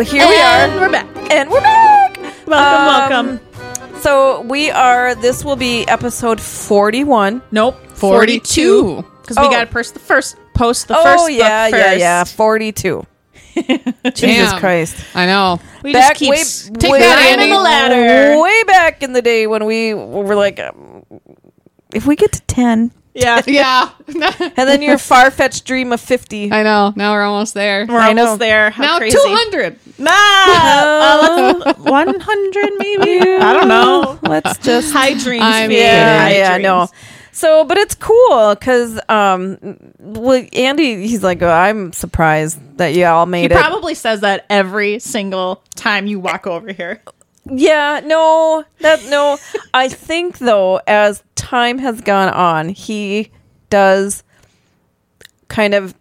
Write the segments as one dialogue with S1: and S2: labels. S1: here
S2: And
S1: we are.
S2: we're back.
S1: And we're back.
S2: Welcome,
S1: Um,
S2: welcome.
S1: So we are. This will be episode forty-one.
S2: Nope, 42. Because
S1: Oh.
S2: we got to post the first, post the first
S1: oh
S2: book
S1: yeah, yeah,
S2: first.
S1: yeah. Forty-two. Jesus
S3: Damn.
S1: Christ.
S3: I know.
S2: We
S1: back
S2: just keep
S1: way,
S2: s-
S1: way,
S3: Take that,
S2: climbing
S3: Annie.
S2: the ladder.
S1: way back in the day when we were like, um, if we get to ten,
S2: Yeah.
S3: Yeah.
S1: and then your far-fetched dream of fifty.
S3: I know. Now we're almost there.
S2: We're
S1: I know.
S2: almost there. How
S3: now
S2: crazy.
S3: 200.
S2: Nah, uh, let's- 100 maybe. I don't know.
S1: Let's just
S2: High dreams. man.
S3: I'm kidding.
S2: High
S1: yeah,
S2: dreams.
S1: no. So, but it's cool because um, well, Andy, he's like, oh, I'm surprised that you all
S2: He
S1: made it.
S2: probably says that every single time you walk over here.
S1: yeah, no, that no. I think though, as time has gone on, he does kind of.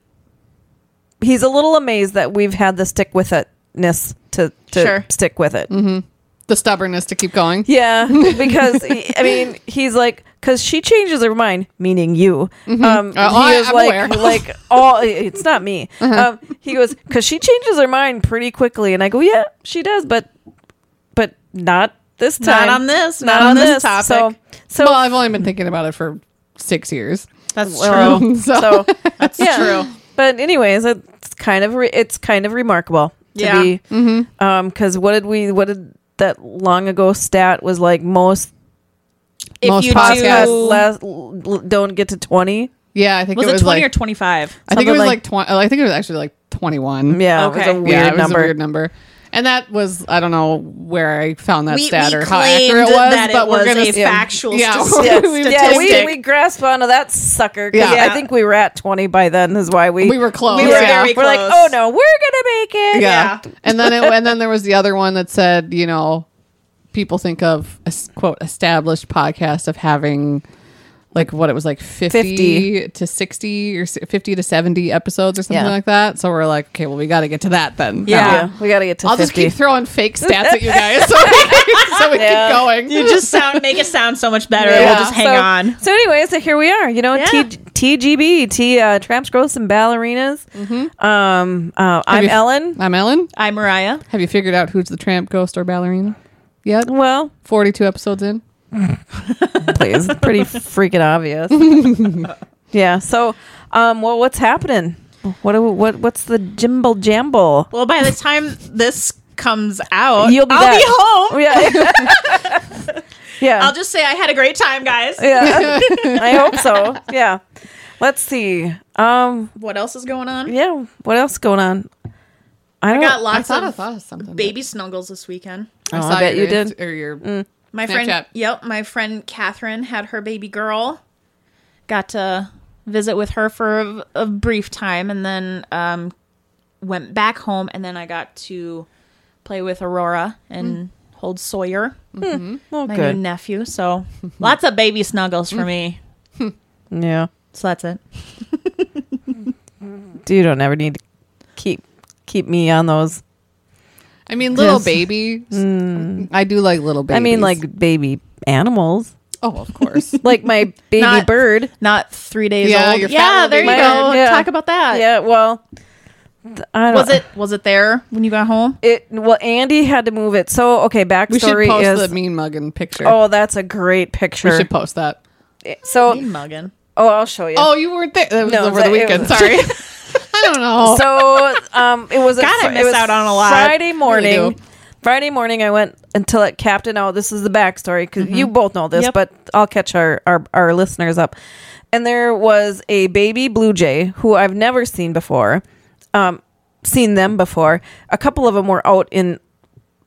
S1: He's a little amazed that we've had the stick with itness to to
S2: Sure.
S1: stick with it.
S3: The stubbornness to keep going.
S1: Yeah, because he- I mean, he's like, because she changes her mind, meaning you.
S2: Mm-hmm.
S1: Um,
S3: Uh,
S1: he
S3: I-
S1: is
S3: I'm
S1: like,
S3: aware.
S1: like all. It's not me.
S2: Uh-huh.
S1: Um, he goes because she changes her mind pretty quickly, and I go, yeah, she does, but but not this
S2: Not
S1: time.
S2: on this, not on this topic.
S1: So so
S3: Well, I've only been thinking about it for six years.
S2: That's
S1: well,
S2: true.
S1: So
S2: That's
S1: yeah.
S2: true.
S1: But anyways, it's kind of re- it's kind of remarkable to
S2: Yeah. Mm-hmm.
S1: be because what did we what did that long ago stat was like most
S2: If
S3: Most
S2: you
S3: podcasts
S2: do,
S1: podcasts last, l- l- don't get to 20
S3: Yeah, I think
S2: was
S3: it
S2: it
S3: was
S2: twenty or
S3: like,
S2: twenty five?
S3: I think it was
S1: something
S3: like,
S1: like-
S3: 20. I think it was actually like 21.
S2: Mm,
S1: Yeah, it was a
S2: Okay.
S1: weird
S3: yeah, it was
S1: number.
S3: a weird number. And that was I don't know where I found that
S2: we,
S3: stat or
S2: we
S3: how
S2: claimed
S3: accurate it was,
S2: that
S3: but
S2: it
S3: we're
S2: was
S3: gonna
S2: a
S3: yeah.
S2: factual
S3: Yeah.
S2: st-
S1: yeah, yeah,
S3: we-
S1: we,
S2: statistic.
S1: we grasped onto that sucker. 'cause
S3: Yeah.
S1: I think we were at 20 by then is why we
S3: We were close,
S1: We were,
S3: yeah.
S2: very
S1: we're like,
S2: close.
S1: oh no, we're gonna make it.
S3: yeah.
S2: Yeah.
S3: and then it, and then there was the other one that said, you know, people think of a s- quote established podcast of having like what it was like 50,
S1: 50.
S3: to 60 or s- 50 to 70 episodes or something
S1: Yeah.
S3: like that. So we're like, okay, well we got to get to that then.
S2: Yeah.
S3: Now.
S1: Yeah, we gotta get to
S3: I'll
S1: 50.
S3: just keep throwing fake stats at you guys so we, so we
S1: Yeah.
S3: keep going.
S2: You just sound make it sound so much better.
S3: Yeah.
S2: We'll just hang
S1: so,
S2: on.
S1: So, anyways, so here we are. You know,
S2: Yeah.
S1: T- TGB, T uh, Tramps, Gross, and Ballerinas. Um, uh, I'm
S3: you-
S1: Ellen.
S3: I'm Ellen.
S2: I'm Mariah.
S3: Have you figured out who's the tramp, ghost, or ballerina? Yet,
S1: Well,
S3: 42 episodes in.
S1: please, pretty freaking obvious. yeah. So, um, well, what's happening? What do- what what's the jimble jamble?
S2: Well, by the time this comes out,
S1: You'll be
S2: I'll
S1: back.
S2: be home.
S1: Yeah. yeah.
S2: I'll just say I had a great time, guys.
S1: yeah. I hope so. Yeah. Let's see. Um
S2: What else is going on?
S1: yeah, what else going on? I
S2: I
S1: don't
S2: got
S3: I
S2: lots
S3: thought I
S2: of
S3: thought of something.
S2: baby snuggles this weekend.
S1: Oh, I bet you
S3: your
S1: did. Mm.
S3: Inst- Or your,
S2: My friend,
S3: Snapchat.
S2: yep, my friend Catherine had her baby girl. Got to visit with her for a, a brief time, and then um, went back home. And then I got to play with Aurora
S1: Mm.
S2: and hold Sawyer,
S1: Oh,
S2: my
S1: good.
S2: new nephew. So lots of baby snuggles for me.
S1: Yeah.
S2: So that's it.
S1: You don't ever need to keep keep me on those.
S3: I mean, little
S1: Yes. Mm.
S3: baby. I do like little babies.
S1: I mean like baby animals.
S3: oh, of course.
S1: Like my baby
S2: Not-
S1: bird.
S2: Not three days
S3: Yeah,
S2: old.
S3: your fat
S2: yeah,
S3: little
S2: there you
S3: baby
S2: go.
S1: bird. Yeah.
S2: Talk about that.
S1: Yeah, well th- I don't
S2: Was it was it there when you got home?
S1: it well Andy had to move it. So okay,
S3: we should
S1: backstory
S3: post
S1: is
S3: the mean mugging picture.
S1: Oh, that's a great picture.
S3: we should post that.
S1: So
S2: mugging.
S1: oh I'll show you.
S3: Oh, you weren't there. That was
S1: No,
S3: over
S1: that-
S3: the
S1: it
S3: weekend.
S1: was-
S3: Sorry. I don't know.
S1: So um, it was. A,
S2: God, I
S1: it
S2: miss
S1: was
S2: out on a lot.
S1: Friday morning.
S3: Really do.
S1: Friday morning, I went until it capped it out. This is the backstory because you both know this,
S2: Mm-hmm. Yep.
S1: but I'll catch our, our our listeners up. And there was a baby blue jay who I've never seen before. Um, seen them before. A couple of them were out in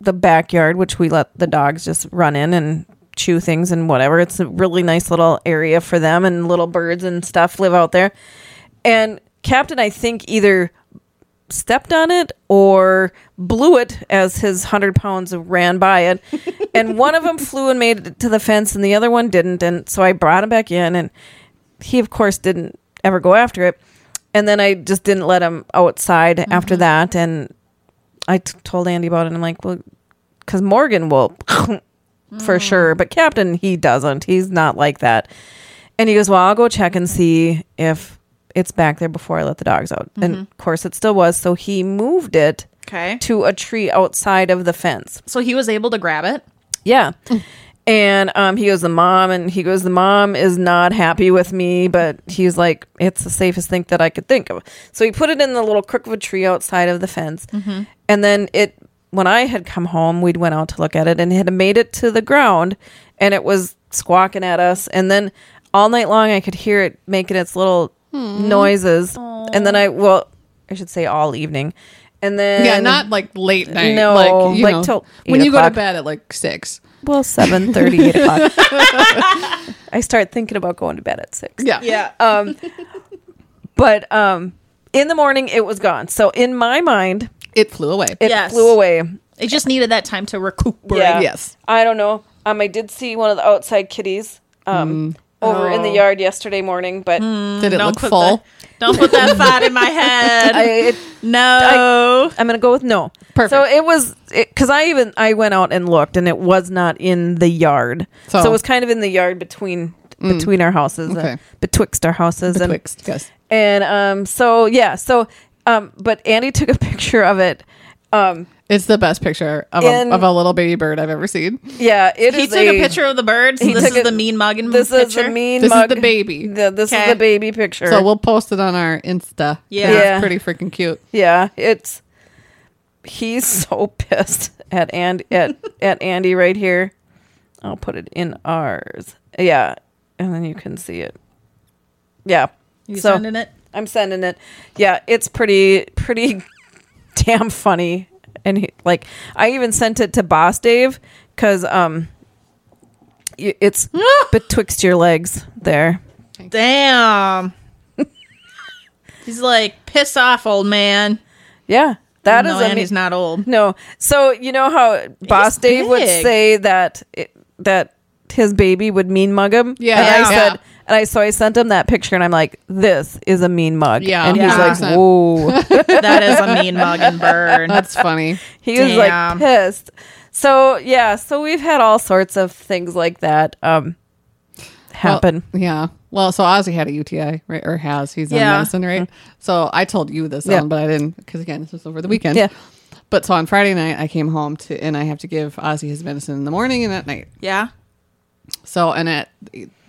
S1: the backyard, which we let the dogs just run in and chew things and whatever. It's a really nice little area for them, and little birds and stuff live out there. And Captain, I think, either stepped on it or blew it as his 100 pounds ran by it. and one of them flew and made it to the fence, and the other one didn't. And so I brought him back in, and he, of course, didn't ever go after it. And then I just didn't let him outside after that. And I t- told Andy about it. And I'm like, well, because Morgan will for sure, but Captain, he doesn't. He's not like that. And he goes, Well, I'll go check and see if it's back there before I let the dogs out. And of course, it still was. So he moved it
S2: Okay.
S1: to a tree outside of the fence.
S2: So he was able to grab it.
S1: Yeah. And um, he goes, the mom, and he goes, the mom is not happy with me, but he's like, it's the safest thing that I could think of. So he put it in the little crook of a tree outside of the fence,
S3: Mm-hmm.
S1: and then it. When I had come home, we'd went out to look at it, and it had made it to the ground, and it was squawking at us. And then all night long, I could hear it making its little
S3: Hmm.
S1: noises, and then I well, I should say all evening, and then
S3: yeah, not like late night.
S1: No,
S3: like, you
S1: like
S3: know,
S1: till
S3: when
S1: eight
S3: you go
S1: o'clock.
S3: to bed at like six.
S1: Well, seven thirty, eight o'clock. I start thinking about going to bed at six.
S3: Yeah,
S1: Um, but um, in the morning, it was gone. So in my mind,
S3: it flew away.
S1: it
S2: Yes.
S1: flew away.
S2: It just needed that time to recuperate.
S1: Yeah.
S3: yes.
S1: I don't know. Um, I did see one of the outside kitties um,
S3: Mm.
S1: over in the
S3: Oh.
S1: yard yesterday morning, but
S3: Did it
S2: Don't
S3: look
S2: put
S3: full?
S2: that- don't put that thought in my head.
S1: I, it,
S2: no.
S1: I'm gonna go with no.
S3: Perfect.
S1: So it was because I even I went out and looked, and it was not in the yard. So,
S3: So- Mm.
S1: it was kind of in the yard between between our houses, and
S3: Okay.
S1: betwixt our houses, and
S3: Twixt, yes.
S1: And um, so yeah, so um, but Andy took a picture of it. Um,
S3: It's the best picture of a,
S1: In-
S3: of a little baby bird I've ever seen.
S1: yeah, it
S2: he
S1: is
S2: took a, picture of the bird. So
S1: He
S2: this
S1: took
S2: is
S1: a-
S2: the mean mugging
S1: This
S2: picture.
S1: is the mean.
S3: This is
S1: mug-
S3: the baby.
S1: The- this is
S2: Okay.
S1: the baby picture.
S3: So we'll post it on our Insta. 'cause
S2: Yeah.
S1: Yeah.
S3: it's pretty freaking cute.
S1: yeah, it's he's so pissed at and at at Andy right here. I'll put it in ours. Yeah, and then you can see it. Yeah.
S2: you
S1: so
S2: sending it?
S1: I'm sending it. Yeah, it's pretty pretty damn funny. And he, like I even sent it to Boss Dave cuz um y- it's betwixt your legs there.
S2: Damn. He's like, piss off, old man.
S1: Yeah. that is
S2: no,
S1: a
S2: Andy's
S1: me-
S2: not old.
S1: No. So, you know how Boss Dave would
S2: big.
S1: say that it, that his baby would mean mug him?
S3: Yeah.
S1: And
S2: Yeah.
S1: I said
S3: Yeah.
S1: and I so I sent him that picture and I'm like, this is a mean mug.
S3: Yeah,
S1: And
S2: Yeah.
S1: he's like,
S3: 100%.
S1: whoa.
S2: That is a mean mugging bird.
S3: That's funny.
S1: He was like
S2: Damn.
S1: pissed. So yeah, so we've had all sorts of things like that um happen.
S3: Well, yeah. Well, so Ozzy had a UTI, right? Or has. He's in
S2: Yeah.
S3: medicine, right? So I told you this,
S1: Mm-hmm. Yeah.
S3: Ellen, but I didn't because again, this was over the weekend.
S1: Yeah.
S3: But so on Friday night, I came home to, and I have to give Ozzy his medicine in the morning and at night.
S2: yeah.
S3: So, and at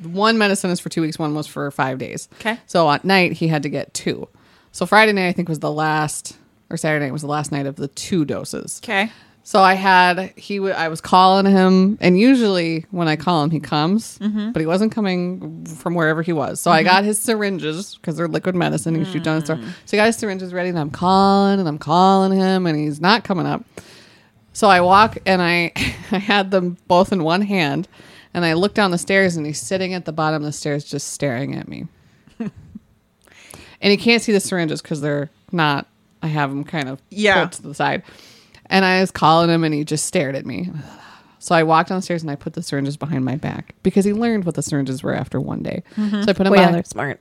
S3: one medicine is for two weeks, one was for five days.
S2: Okay.
S3: So at night, he had to get two. So Friday night, I think, was the last, or Saturday night was the last night of the two doses.
S2: Okay.
S3: So I had he. W- I was calling him, and usually when I call him, he comes, but he wasn't coming from wherever he was. So I got his syringes because they're liquid medicine. You can shoot down the store. So I got his syringes ready, and I'm calling and I'm calling him, and he's not coming up. So I walk and I, I had them both in one hand, and I look down the stairs, and he's sitting at the bottom of the stairs, just staring at me. and he can't see the syringes because they're not. I have them kind of
S2: Yeah.
S3: pulled to the side, and I was calling him, and he just stared at me. So I walked downstairs and I put the syringes behind my back because he learned what the syringes were after one day. So I put them
S1: Well, yeah,
S3: behind
S1: they're smart.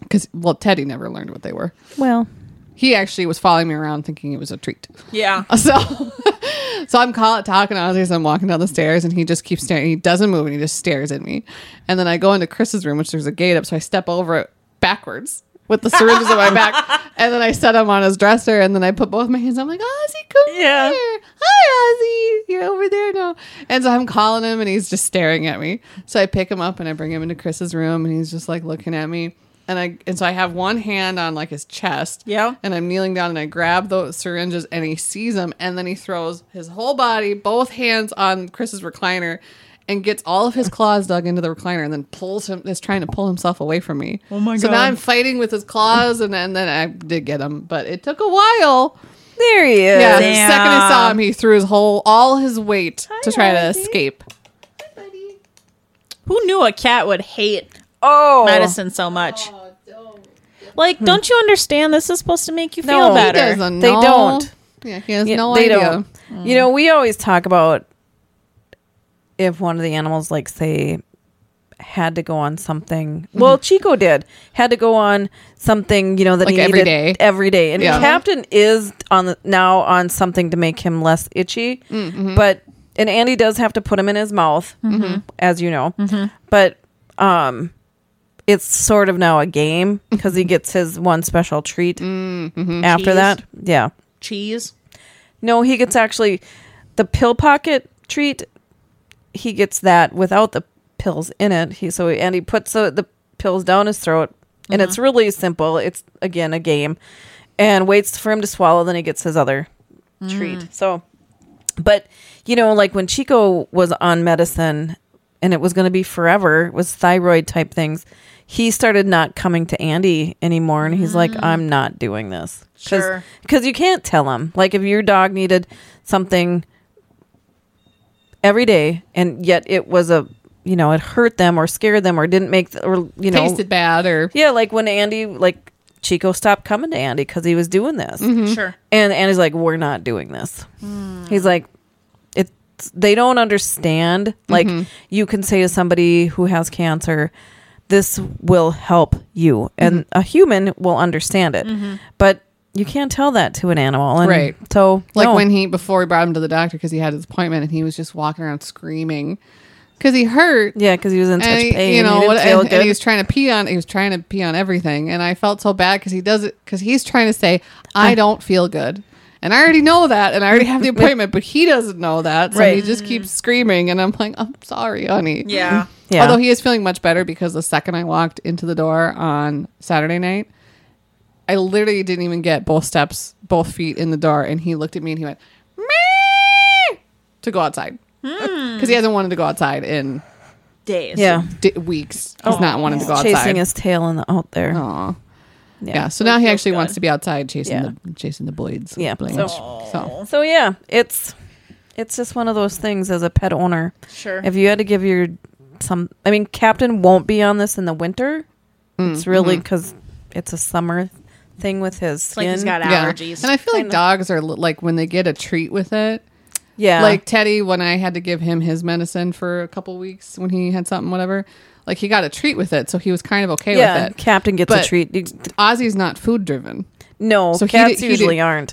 S3: because well, Teddy never learned what they were.
S1: Well,
S3: He actually was following me around thinking it was a treat.
S2: Yeah.
S3: So, so I'm call talking to Ozzy as I'm walking down the stairs, and he just keeps staring. He doesn't move, and he just stares at me. And then I go into Chris's room, which there's a gate up, so I step over it backwards with the syringes on my back, and then I set him on his dresser, and then I put both my hands. I'm like, "Oh, Ozzy, come
S1: Yeah.
S3: here, hi, Ozzy, you're over there now. And so I'm calling him, and he's just staring at me. So I pick him up and I bring him into Chris's room, and he's just like looking at me. And I and so I have one hand on like his chest,
S2: Yeah.
S3: and I'm kneeling down and I grab those syringes and he sees them and then he throws his whole body, both hands on Chris's recliner and gets all of his claws dug into the recliner and then pulls him is trying to pull himself away from me. Oh
S2: my
S3: So
S2: God.
S3: now I'm fighting with his claws and, and then I did get him, but it took a while.
S1: there he is.
S3: Yeah.
S2: Damn.
S3: The second I saw him, he threw his whole all his weight to try to escape.
S2: Who knew a cat would hate
S1: Oh, Hmm.
S2: medicine so much? Like, don't you understand? This is supposed to make you
S1: No,
S2: feel
S1: he
S2: better.
S3: doesn't
S1: They
S3: know.
S1: don't.
S3: Yeah, he has
S1: Yeah,
S3: no
S1: they
S3: idea.
S1: don't. You know, we always talk about if one of the animals, like say, had to go on something.
S3: Mm-hmm.
S1: Well, Chico did had to go on something. You know that
S3: Like
S1: he
S3: every
S1: needed
S3: day.
S1: every day. And
S3: Yeah.
S1: Captain is on the, now on something to make him less itchy,
S3: Mm-hmm.
S1: but and Andy does have to put him in his mouth, as you know,
S3: Mm-hmm.
S1: but um. It's sort of now a game
S3: Mm-hmm.
S1: because he gets his one special treat after
S2: Cheese.
S1: that. Yeah.
S2: Cheese.
S1: No, he gets actually the pill pocket treat. He gets that without the pills in it. He so and he puts the, the pills down his throat, and it's really simple. It's again a game, and waits for him to swallow. Then he gets his other treat. So, but you know, like when Chico was on medicine, and it was going to be forever. It was thyroid type things. He started not coming to Andy anymore, and he's like, "I'm not doing this."
S2: Sure.
S1: because you can't tell him. Like if your dog needed something every day, and yet it was a you know it hurt them or scared them or didn't make th- or you know
S3: tasted bad or
S1: yeah like when Andy like Chico stopped coming to Andy because he was doing this,
S3: Mm.
S2: Sure.
S1: and Andy's like, "We're not doing this."
S3: Hmm.
S1: He's like, "It's they don't understand." Like
S3: Mm-hmm.
S1: you can say to somebody who has cancer. This will help you, and
S3: Mm-hmm.
S1: a human will understand it. But you can't tell that to an animal, and
S3: Right.
S1: So,
S3: Like
S1: no.
S3: when he before we brought him to the doctor because he had his appointment and he was just walking around screaming because he hurt.
S1: yeah, because he was in such
S3: And
S1: pain,
S3: he, you know,
S1: he
S3: what,
S1: didn't feel
S3: and, and
S1: good.
S3: he was trying to pee on. He was trying to pee on everything, and I felt so bad because he does it because he's trying to say I don't feel good, and I already know that, and I already have the appointment, but he doesn't know that, so he
S1: Right.
S3: just keeps screaming, and I'm like, I'm sorry, honey.
S2: Yeah.
S1: yeah.
S3: Although he is feeling much better because the second I walked into the door on Saturday night, I literally didn't even get both steps, both feet in the door, and he looked at me and he went, "Meh," to go outside because he hasn't wanted to go outside in
S2: Days.
S1: yeah,
S3: d- weeks. He's Oh. not wanted to go outside.
S1: chasing his tail in the out there.
S3: Aw.
S1: Yeah.
S3: Yeah. So now he
S2: feels
S3: actually
S2: good.
S3: wants to be outside chasing
S1: Yeah.
S3: the chasing the blades.
S1: Yeah.
S3: Blades.
S2: Oh,
S1: So-
S3: So,
S1: So yeah, it's it's just one of those things as a pet owner.
S2: Sure.
S1: If you had to give your some, I mean, Captain won't be on this in the winter.
S3: Hmm.
S1: It's really because it's a summer thing with his
S2: it's
S1: skin.
S2: like he's got
S3: yeah.
S2: allergies.
S3: And I feel like
S1: Kinda.
S3: dogs are li- like when they get a treat with it.
S1: yeah,
S3: Like Teddy, when I had to give him his medicine for a couple weeks when he had something, whatever, like he got a treat with it, so he was kind of okay
S1: yeah.
S3: with it.
S1: Captain gets
S3: But-
S1: a treat. You-
S3: Ozzy's not food driven.
S1: No,
S3: So he
S1: cats
S3: did- he
S1: usually
S3: did-
S1: aren't.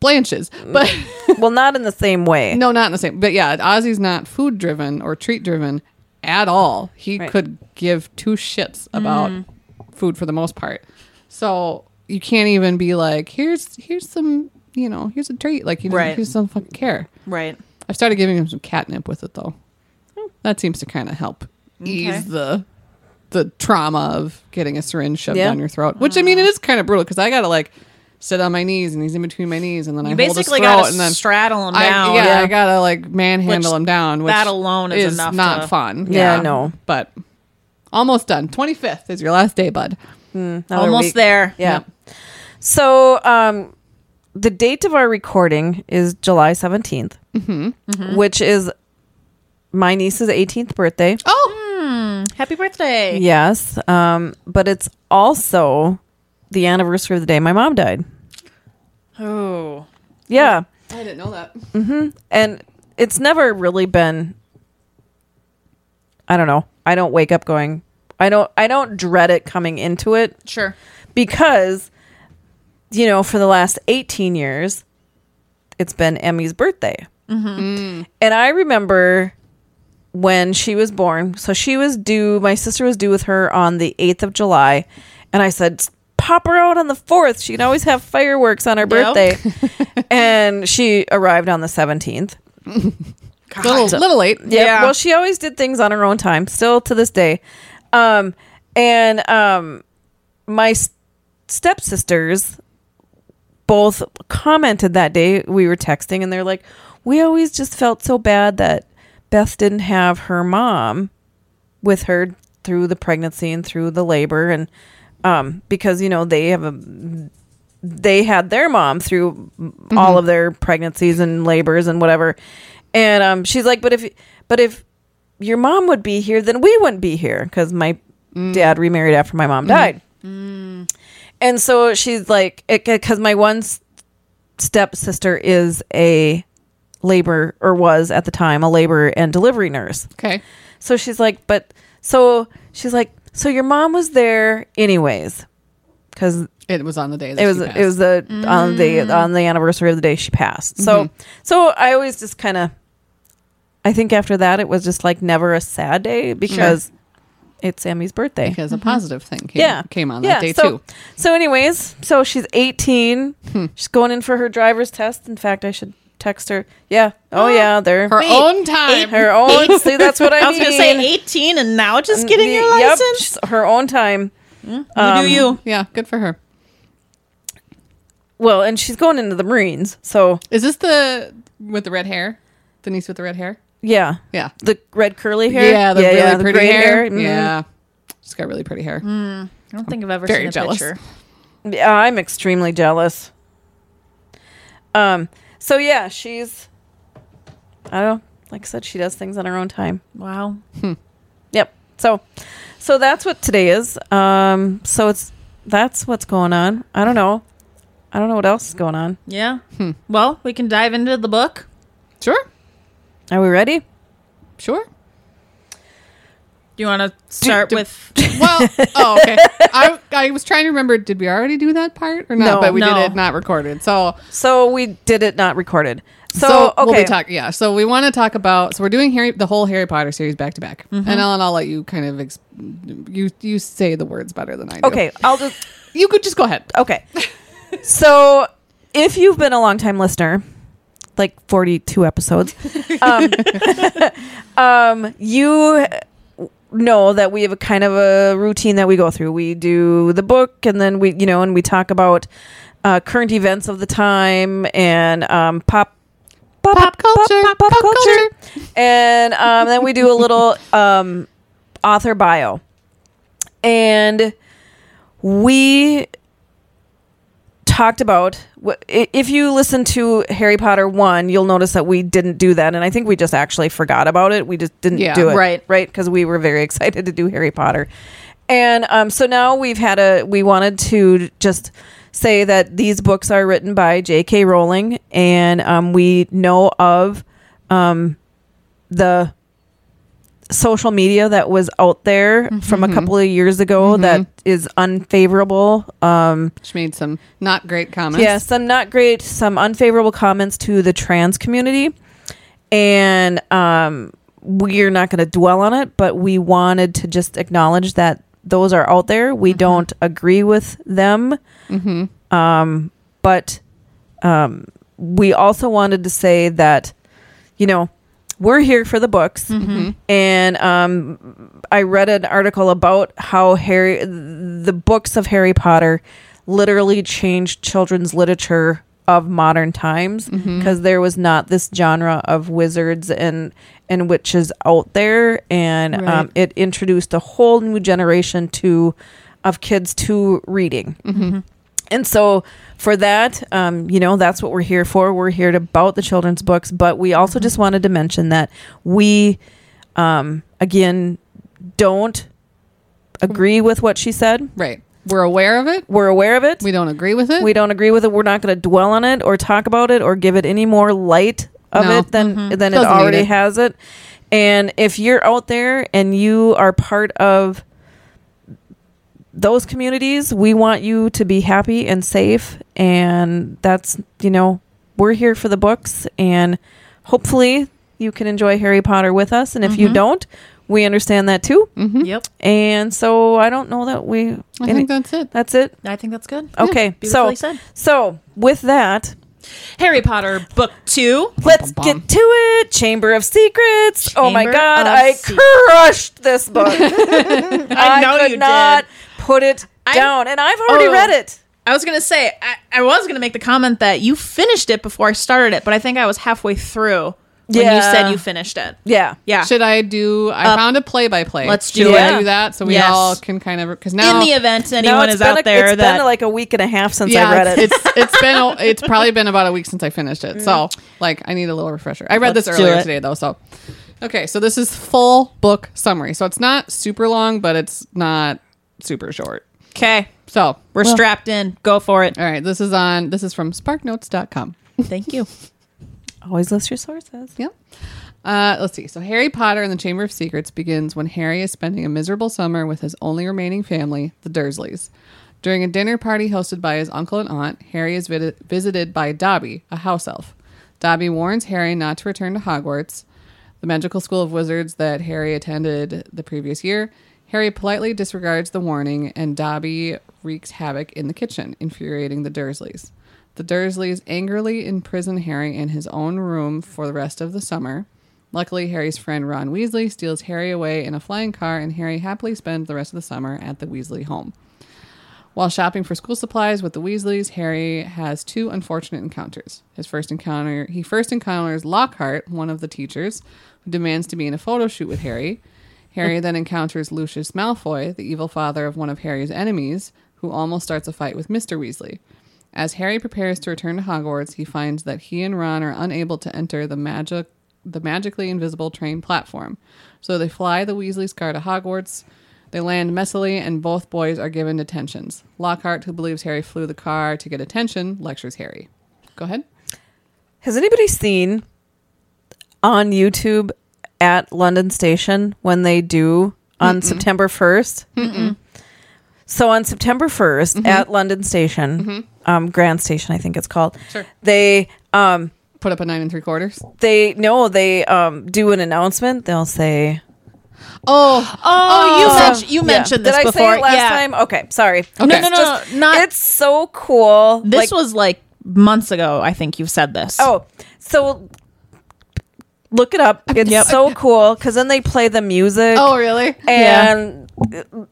S3: Blanche is, but
S1: well, not in the same way.
S3: no, not in the same. But yeah, Ozzy's not food driven or treat driven at all. He
S1: Right.
S3: could give two shits about
S2: Mm.
S3: food for the most part. So you can't even be like, here's here's some, you know, here's a treat. Like he doesn't,
S2: Right.
S3: he just doesn't fucking care.
S2: right.
S3: I started giving him some catnip with it though.
S2: Oh.
S3: That seems to kind of help ease the the trauma of getting a syringe shoved
S1: Yeah.
S3: down your throat. Which I mean,
S2: Ah.
S3: it is kind of brutal because I gotta like sit on my knees and he's in between my knees and then I
S2: You
S3: hold
S2: basically
S3: his throat
S2: got
S3: and then
S2: to straddle him
S3: I,
S2: down.
S3: Yeah, I gotta like manhandle
S2: Which-
S3: him down. Which
S2: that alone is enough
S3: Not
S2: to-
S3: fun.
S1: Yeah, no.
S3: But almost done. Twenty fifth is your last day, bud.
S1: Another
S2: Almost
S1: week.
S2: there.
S1: Yeah. So, um, the date of our recording is July 17th, which is my niece's 18th birthday.
S3: Oh,
S2: Happy birthday.
S1: Yes. Um, but it's also the anniversary of the day my mom died.
S2: Oh.
S1: Yeah.
S3: I didn't know that.
S1: And it's never really been I don't know. I don't wake up going I don't I don't dread it coming into it
S2: Sure.
S1: because you know, for the last 18 years it's been Emmy's birthday. And I remember when she was born. So she was due, my sister was due with her on the 8th of July. And I said, pop her out on the 4th. She can always have fireworks on her birthday. and she arrived on the 17th.
S3: Little, little late.
S1: Yeah. Well, she always did things on her own time, still to this day. Um, and um, my s- stepsisters both commented that day we were texting, and they're like, "We always just felt so bad that Beth didn't have her mom with her through the pregnancy and through the labor, and um, because you know they have a they had their mom through all of their pregnancies and labors and whatever. And um, she's like, but if but if your mom would be here, then we wouldn't be here because my dad remarried after my mom died. And so she's like, because my one s- stepsister is a labor or was at the time a labor and delivery nurse.
S3: Okay.
S1: So she's like, but so she's like, so your mom was there anyways, because
S3: It was on the day. That
S1: it was
S3: she
S1: it was the on the on the anniversary of the day she passed. So so I always just kind of I think after that it was just like never a sad day because it's Sammy's birthday.
S3: because
S2: Mm-hmm.
S3: a positive thing came,
S1: yeah.
S3: came on
S1: yeah.
S3: that day
S1: so,
S3: too.
S1: So, anyways, so she's 18. She's going in for her driver's test. In fact, I should text her. Yeah. Oh, yeah. They're
S3: Her
S1: her,
S3: own time.
S1: own. Oh, see, that's what I,
S2: I was
S1: mean.
S2: gonna say 18 and now just getting your
S1: Yep, Um,
S2: license.
S1: she's- her own time.
S2: you do you?
S3: yeah, good for her.
S1: Well, and she's going into the Marines. So,
S3: Is this the with the red hair? The niece with the red hair?
S1: yeah.
S3: Yeah.
S1: The red curly hair.
S3: Yeah, the really
S1: the
S3: pretty
S1: gray
S3: hair.
S1: Mhm.
S3: Yeah. She's got really pretty hair.
S2: Mm. I don't think I've ever
S3: Very
S2: seen a
S3: jealous.
S2: picture.
S1: Yeah, I'm extremely jealous. Um. So yeah, she's. I don't like I said she does things on her own time.
S2: Wow.
S1: Yep. So, so that's what today is. Um. So it's that's what's going on. I don't know. I don't know what else is going on.
S2: Yeah.
S1: Hmm.
S2: Well, we can dive into the book.
S3: Sure.
S1: Are we ready?
S3: Sure.
S2: Do you want to start
S3: do-
S2: with?
S3: Well, oh, okay. I, I was trying to remember. Did we already do that part or not?
S1: No.
S3: but we
S2: No.
S3: did it not recorded. So,
S1: So we did it not recorded. So, okay.
S3: we'll be talk, yeah. So we want to talk about. So we're doing Harry the whole Harry Potter series back to back,
S1: Mm-hmm.
S3: and Ellen, I'll let you kind of ex- you you say the words better than I do.
S1: okay. I'll just.
S3: you could just go ahead.
S1: Okay. so if you've been a long time listener, like 42 episodes, um, um, you know that we have a kind of a routine that we go through. We do the book and then we, you know, and we talk about uh, current events of the time and um, pop. Pop,
S3: Pop culture,
S1: pop,
S3: pop
S1: culture, and um, then we do a little um, author bio, and we talked about wh- i- if you listen to Harry Potter 1 you'll notice that we didn't do that and I think we just actually forgot about it we just didn't
S3: Yeah,
S1: do it
S2: right.
S1: right because we were very excited to do Harry Potter and um, so now we've had a we wanted to just say that these books are written by J.K. Rowling and um, we know of um, the social media that was out there from a couple of years ago that is unfavorable um,
S3: She made some not great comments.
S1: yeah, some not great, some unfavorable comments to the trans community. And um, we're not going to dwell on it, but we wanted to just acknowledge that those are out there. We don't agree with them.
S3: Mm-hmm,
S1: Um, but um, we also wanted to say that, you know, we're here for the books. And um, I read an article about how Harry, the books of Harry Potter literally changed children's literature of modern times because there was not this genre of wizards and and witches out there and
S3: Right.
S1: um, it introduced a whole new generation to of kids to reading and so for that, um, you know, that's what we're here for. We're here to about the children's books, but we also just wanted to mention that we, um, again, don't agree with what she said.
S3: Right. We're aware of it.
S1: We're aware of it.
S3: We don't agree with it.
S1: We don't agree with it. We're not going to dwell on it or talk about it or give it any more light of
S3: No. Mm-hmm.
S1: it than than it
S3: Doesn't need
S1: already
S3: it.
S1: has it. And if you're out there and you are part of those communities, we want you to be happy and safe. And that's you know we're here for the books, and hopefully you can enjoy Harry Potter with us. And if
S3: Mm-hmm.
S1: you don't, we understand that too.
S2: Yep.
S1: And so I don't know that we.
S3: I
S1: any-
S3: think that's it.
S1: that's it.
S2: I think that's good.
S1: Okay, so
S2: Beautifully said.
S1: so with that,
S2: Harry Potter book two.
S1: let's
S3: bum.
S1: get to it. Chamber of Secrets. oh my
S2: Chamber
S1: god,
S2: of
S1: I
S2: Secrets.
S1: crushed this book. I,
S2: I know
S1: could
S2: you
S1: not
S2: did.
S1: put it
S2: I-
S1: down, and I've already
S2: Oh.
S1: read it.
S2: I was gonna say I, I was gonna make the comment that you finished it before I started it, but I think I was halfway through when you
S1: Yeah.
S2: said you finished it.
S1: Yeah, Uh,
S2: Yeah.
S3: Should I do? I
S2: Up.
S3: found a play by play.
S2: Let's
S3: Should
S2: do
S3: I
S1: it.
S3: do that so we
S2: Yes.
S3: all can kind of because now
S2: In the event
S1: Now
S2: anyone
S1: it's
S2: is
S1: been
S2: out
S1: a-
S2: there
S1: it's
S2: that
S1: been like a week and a half since I
S3: yeah,
S1: read it.
S3: it's, it's it's been a, it's probably been about a week since I finished it. So like I need a little refresher. I read this
S2: Let's do
S3: earlier
S2: it.
S3: today though. So okay, so this is full book summary. So it's not super long, but it's not super short.
S2: okay,
S3: So
S2: we're strapped in. Go for it.
S3: all right, this is on this is from SparkNotes.com.
S2: Thank you.
S1: Always list your sources.
S3: Yep. Uh, let's see. So Harry Potter and the Chamber of Secrets begins when Harry is spending a miserable summer with his only remaining family, the Dursleys. During a dinner party hosted by his uncle and aunt, Harry is vid- visited by Dobby, a house elf. Dobby warns Harry not to return to Hogwarts, the magical school of wizards that Harry attended the previous year. Harry politely disregards the warning, and Dobby wreaks havoc in the kitchen, infuriating the Dursleys. The Dursleys angrily imprison Harry in his own room for the rest of the summer. Luckily, Harry's friend Ron Weasley steals Harry away in a flying car, and Harry happily spends the rest of the summer at the Weasley home. While shopping for school supplies with the Weasleys, Harry has two unfortunate encounters. His first encounter, he first encounters Lockhart, one of the teachers, who demands to be in a photo shoot with Harry. Harry then encounters Lucius Malfoy, the evil father of one of Harry's enemies, who almost starts a fight with Mr. Weasley. As Harry prepares to return to Hogwarts, he finds that he and Ron are unable to enter the magic the magically invisible train platform. So they fly the Weasley's car to Hogwarts. They land messily, and both boys are given detentions. Lockhart, who believes Harry flew the car to get attention, lectures Harry. Go ahead.
S1: Has anybody seen on YouTube at London Station when they do on September 1st? So on September 1st
S2: Mm-hmm.
S1: at London Station, um, Grand Station, I think it's called,
S3: Sure.
S1: they. Um,
S3: Put up a nine and three quarters.
S1: they no they um do an announcement they'll say
S3: Oh,
S2: Oh, you,
S1: So-
S2: mentioned you
S1: Yeah.
S2: mentioned
S1: did
S2: this
S1: i
S2: before.
S1: say it last
S2: yeah.
S1: time okay sorry
S2: No,
S3: Okay.
S2: no, no,
S1: Just-
S2: no, not.
S1: it's so cool like,
S2: this was like months ago. I think you've said this.
S1: oh so look it up it's
S2: Yep.
S1: so cool because then they play the music
S3: oh, really?
S1: and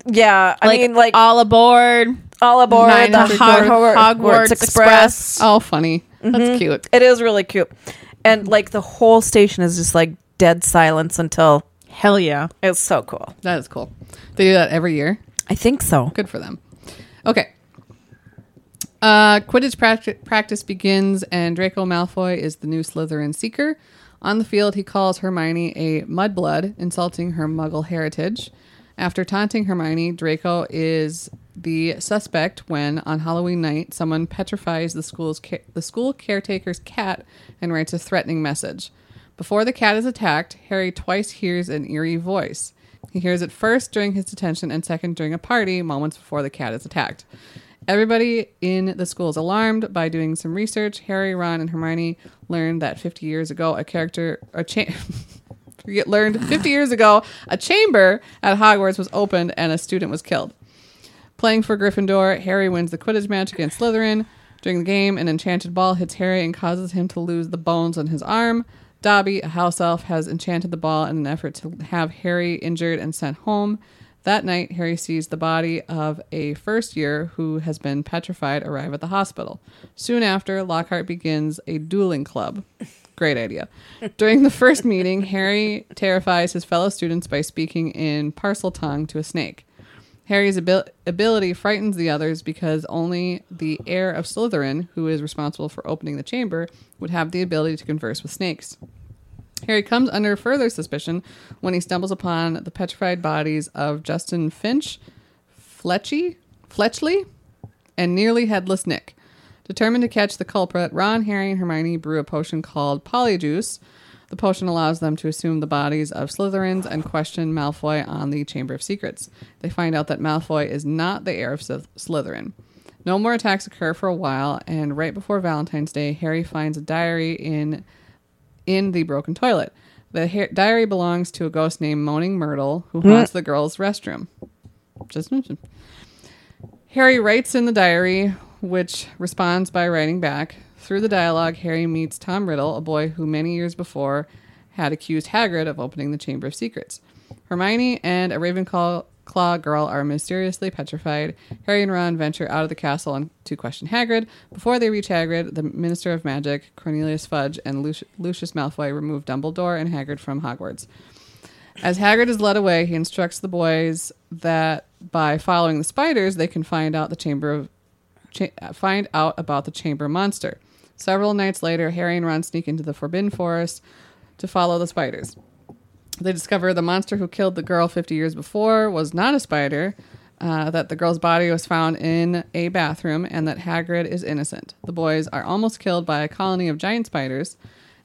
S1: yeah, i
S2: like,
S1: mean like all,
S2: all aboard.
S1: aboard
S3: uh, Nine
S1: the
S3: and three
S1: Hog-
S2: quarter-
S1: hogwarts
S2: Hogwarts
S1: express
S2: Express.
S3: Oh, funny. That's cute.
S1: it is really cute and like the whole station is just like dead silence until
S2: Hell yeah!
S1: it's so cool
S3: That is cool. They do that every year.
S1: i think so
S3: Good for them. Okay. Uh, Quidditch practi- practice begins, and Draco Malfoy is the new Slytherin seeker. On the field, he calls Hermione a mudblood, insulting her muggle heritage. After taunting Hermione, Draco is the suspect when, on Halloween night, someone petrifies the school's ca- the school caretaker's cat and writes a threatening message. Before the cat is attacked, Harry twice hears an eerie voice. He hears it first during his detention and second during a party moments before the cat is attacked. Everybody in the school is alarmed. By doing some research, Harry, Ron, and Hermione learned that 50 years ago, a character, a cha- forget- learned 50 years ago, a chamber at Hogwarts was opened and a student was killed. Playing for Gryffindor, Harry wins the Quidditch match against Slytherin. During the game, an enchanted ball hits Harry and causes him to lose the bones on his arm. Dobby, a house elf, has enchanted the ball in an effort to have Harry injured and sent home. That night, Harry sees the body of a first year who has been petrified arrive at the hospital. Soon after, Lockhart begins a dueling club. Great idea. During the first meeting, Harry terrifies his fellow students by speaking in parcel tongue to a snake. Harry's abil- ability frightens the others because only the heir of Slytherin, who is responsible for opening the chamber, would have the ability to converse with snakes. Harry comes under further suspicion when he stumbles upon the petrified bodies of Justin Finch, Fletchy, Fletchley, and nearly headless Nick. Determined to catch the culprit, Ron, Harry, and Hermione brew a potion called Polyjuice. The potion allows them to assume the bodies of Slytherins and question Malfoy on the Chamber of Secrets. They find out that Malfoy is not the heir of Slyth- Slytherin. No more attacks occur for a while, and right before Valentine's Day, Harry finds a diary in in the broken toilet. The ha- diary belongs to a ghost named Moaning Myrtle, who haunts the girls' restroom. Just mentioned. Harry writes in the diary, which responds by writing back. Through the dialogue, Harry meets Tom Riddle, a boy who many years before had accused Hagrid of opening the Chamber of Secrets. Hermione and a Ravenclaw claw girl are mysteriously petrified. Harry and Ron venture out of the castle and to question Hagrid. Before they reach Hagrid, the Minister of Magic, Cornelius Fudge, and Luci- Lucius Malfoy remove Dumbledore and Hagrid from Hogwarts. As Hagrid is led away, he instructs the boys that by following the spiders, they can find out the chamber of cha- uh, find out about the chamber monster. Several nights later, Harry and Ron sneak into the Forbidden Forest to follow the spiders. They discover the monster who killed the girl 50 years before was not a spider, uh, that the girl's body was found in a bathroom, and that Hagrid is innocent. The boys are almost killed by a colony of giant spiders.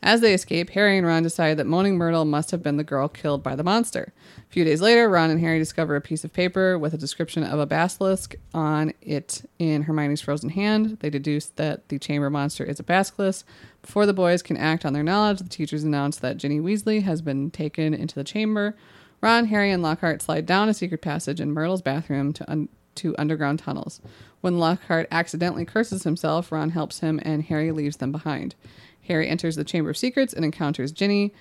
S3: As they escape, Harry and Ron decide that Moaning Myrtle must have been the girl killed by the monster. A few days later, Ron and Harry discover a piece of paper with a description of a basilisk on it in Hermione's frozen hand. They deduce that the chamber monster is a basilisk. Before the boys can act on their knowledge, the teachers announce that Ginny Weasley has been taken into the chamber. Ron, Harry, and Lockhart slide down a secret passage in Myrtle's bathroom to un- to underground tunnels. When Lockhart accidentally curses himself, Ron helps him, and Harry leaves them behind. Harry enters the Chamber of Secrets and encounters Ginny,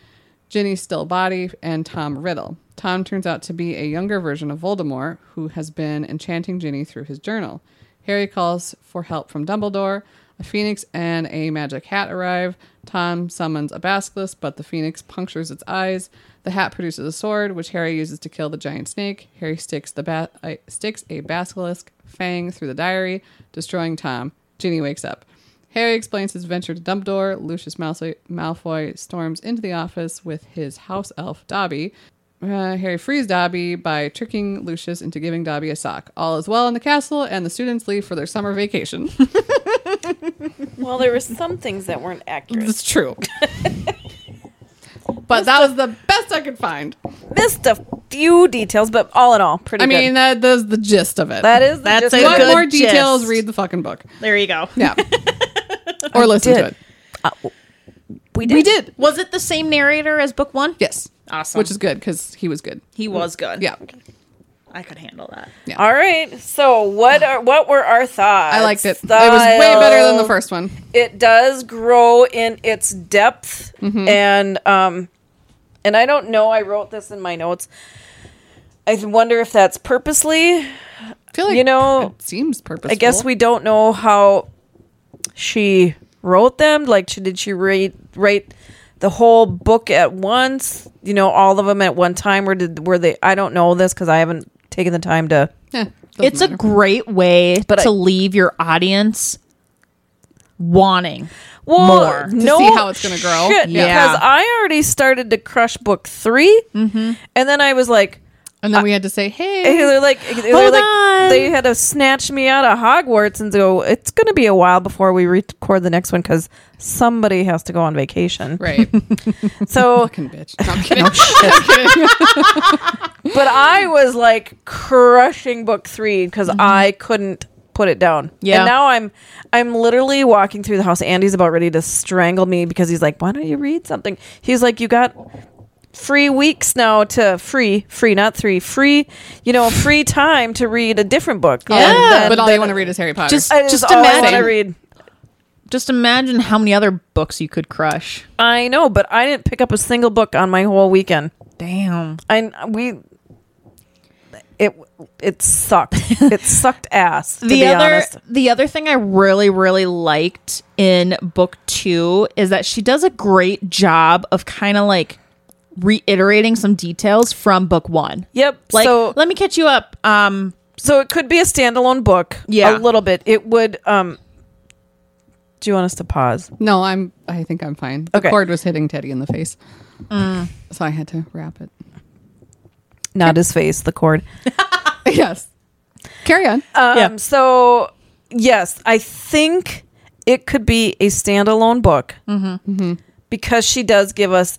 S3: Ginny's still body, and Tom Riddle. Tom turns out to be a younger version of Voldemort, who has been enchanting Ginny through his journal. Harry calls for help from Dumbledore. A phoenix and a magic hat arrive. Tom summons a basilisk, but the phoenix punctures its eyes. The hat produces a sword, which Harry uses to kill the giant snake. Harry sticks the ba- uh, sticks a basilisk fang through the diary, destroying Tom. Ginny wakes up. Harry explains his venture to Dumbledore. Lucius Malfoy, Malfoy storms into the office with his house elf, Dobby. Uh, Harry frees Dobby by tricking Lucius into giving Dobby a sock. All is well in the castle, and the students leave for their summer vacation.
S1: Well, there were some things that weren't accurate.
S3: it's true. but that was the best I could find.
S1: Missed a few details, but all in all, pretty.
S3: I mean,
S1: good.
S3: that, that's the gist of it.
S1: that is the
S2: That's
S1: gist
S2: a
S1: of
S3: what
S1: it.
S2: good
S3: more details?
S2: gist.
S3: Read the fucking book.
S2: There you go.
S3: Yeah. or listen to
S1: did.
S3: it.
S1: we did.
S2: Was it the same narrator as book one?
S3: Yes.
S2: Awesome.
S3: Which is good because he was good.
S2: he was good.
S3: Yeah.
S2: I could handle that.
S1: All right. So what are what were our thoughts?
S3: I liked it. It was way better than the
S1: Style.
S3: first one.
S1: It does grow in its depth,
S3: Mm-hmm.
S1: and um, and I don't know. I wrote this in my notes. I wonder if that's purposely.
S3: I feel like
S1: You know,
S3: it seems purposeful.
S1: I guess we don't know how she wrote them. Like, she, did she write write the whole book at once? You know, all of them at one time, or did were they? I don't know this because I haven't taken the time to.
S3: Eh, doesn't
S2: It's a
S3: matter.
S2: great way
S1: But
S2: to
S1: I-
S2: leave your audience wanting.
S1: Well,
S2: More. To
S1: no
S3: see how it's gonna grow.
S1: shit,
S2: Yeah.
S1: because I already started to crush book 3
S3: Mm-hmm.
S1: and then I was like,
S3: and then we had to say, hey,
S1: they're like, they're
S2: Hold
S1: like-
S2: on.
S1: they had to snatch me out of Hogwarts and go. It's gonna be a while before we record the next one because somebody has to go on vacation.
S3: right,
S1: So
S3: fucking bitch. No, I'm kidding.
S1: but I was like crushing book three because I couldn't put it down.
S2: Mm-hmm. Yeah.
S1: And now I'm I'm literally walking through the house. Andy's about ready to strangle me because he's like, Why don't you read something? He's like, You got free weeks now to free, free, not three, free, you know, free time to read a different book.
S2: Yeah.
S1: then-
S3: but all
S1: then-
S3: you want to read is Harry Potter.
S2: Just-
S1: I just
S2: imagine.
S1: I read.
S2: Just imagine how many other books you could crush.
S1: I know, but I didn't pick up a single book on my whole weekend.
S2: Damn.
S1: I we it it sucked. it sucked ass. To
S2: the
S1: be
S2: other
S1: honest.
S2: the other thing I really really liked in book 2 is that she does a great job of kind of like reiterating some details from book 1.
S1: Yep.
S2: Like
S1: so
S2: let me catch you up um
S1: so it could be a standalone book.
S2: Yeah.
S1: A little bit. It would um do you want us to pause?
S3: no, I'm. I think I'm fine. The
S1: Okay.
S3: cord was hitting Teddy in the face, so I had to wrap it.
S1: Not his face, the cord.
S3: yes, carry on.
S1: Um
S2: Yeah.
S1: so yes, I think it could be a standalone book because she does give us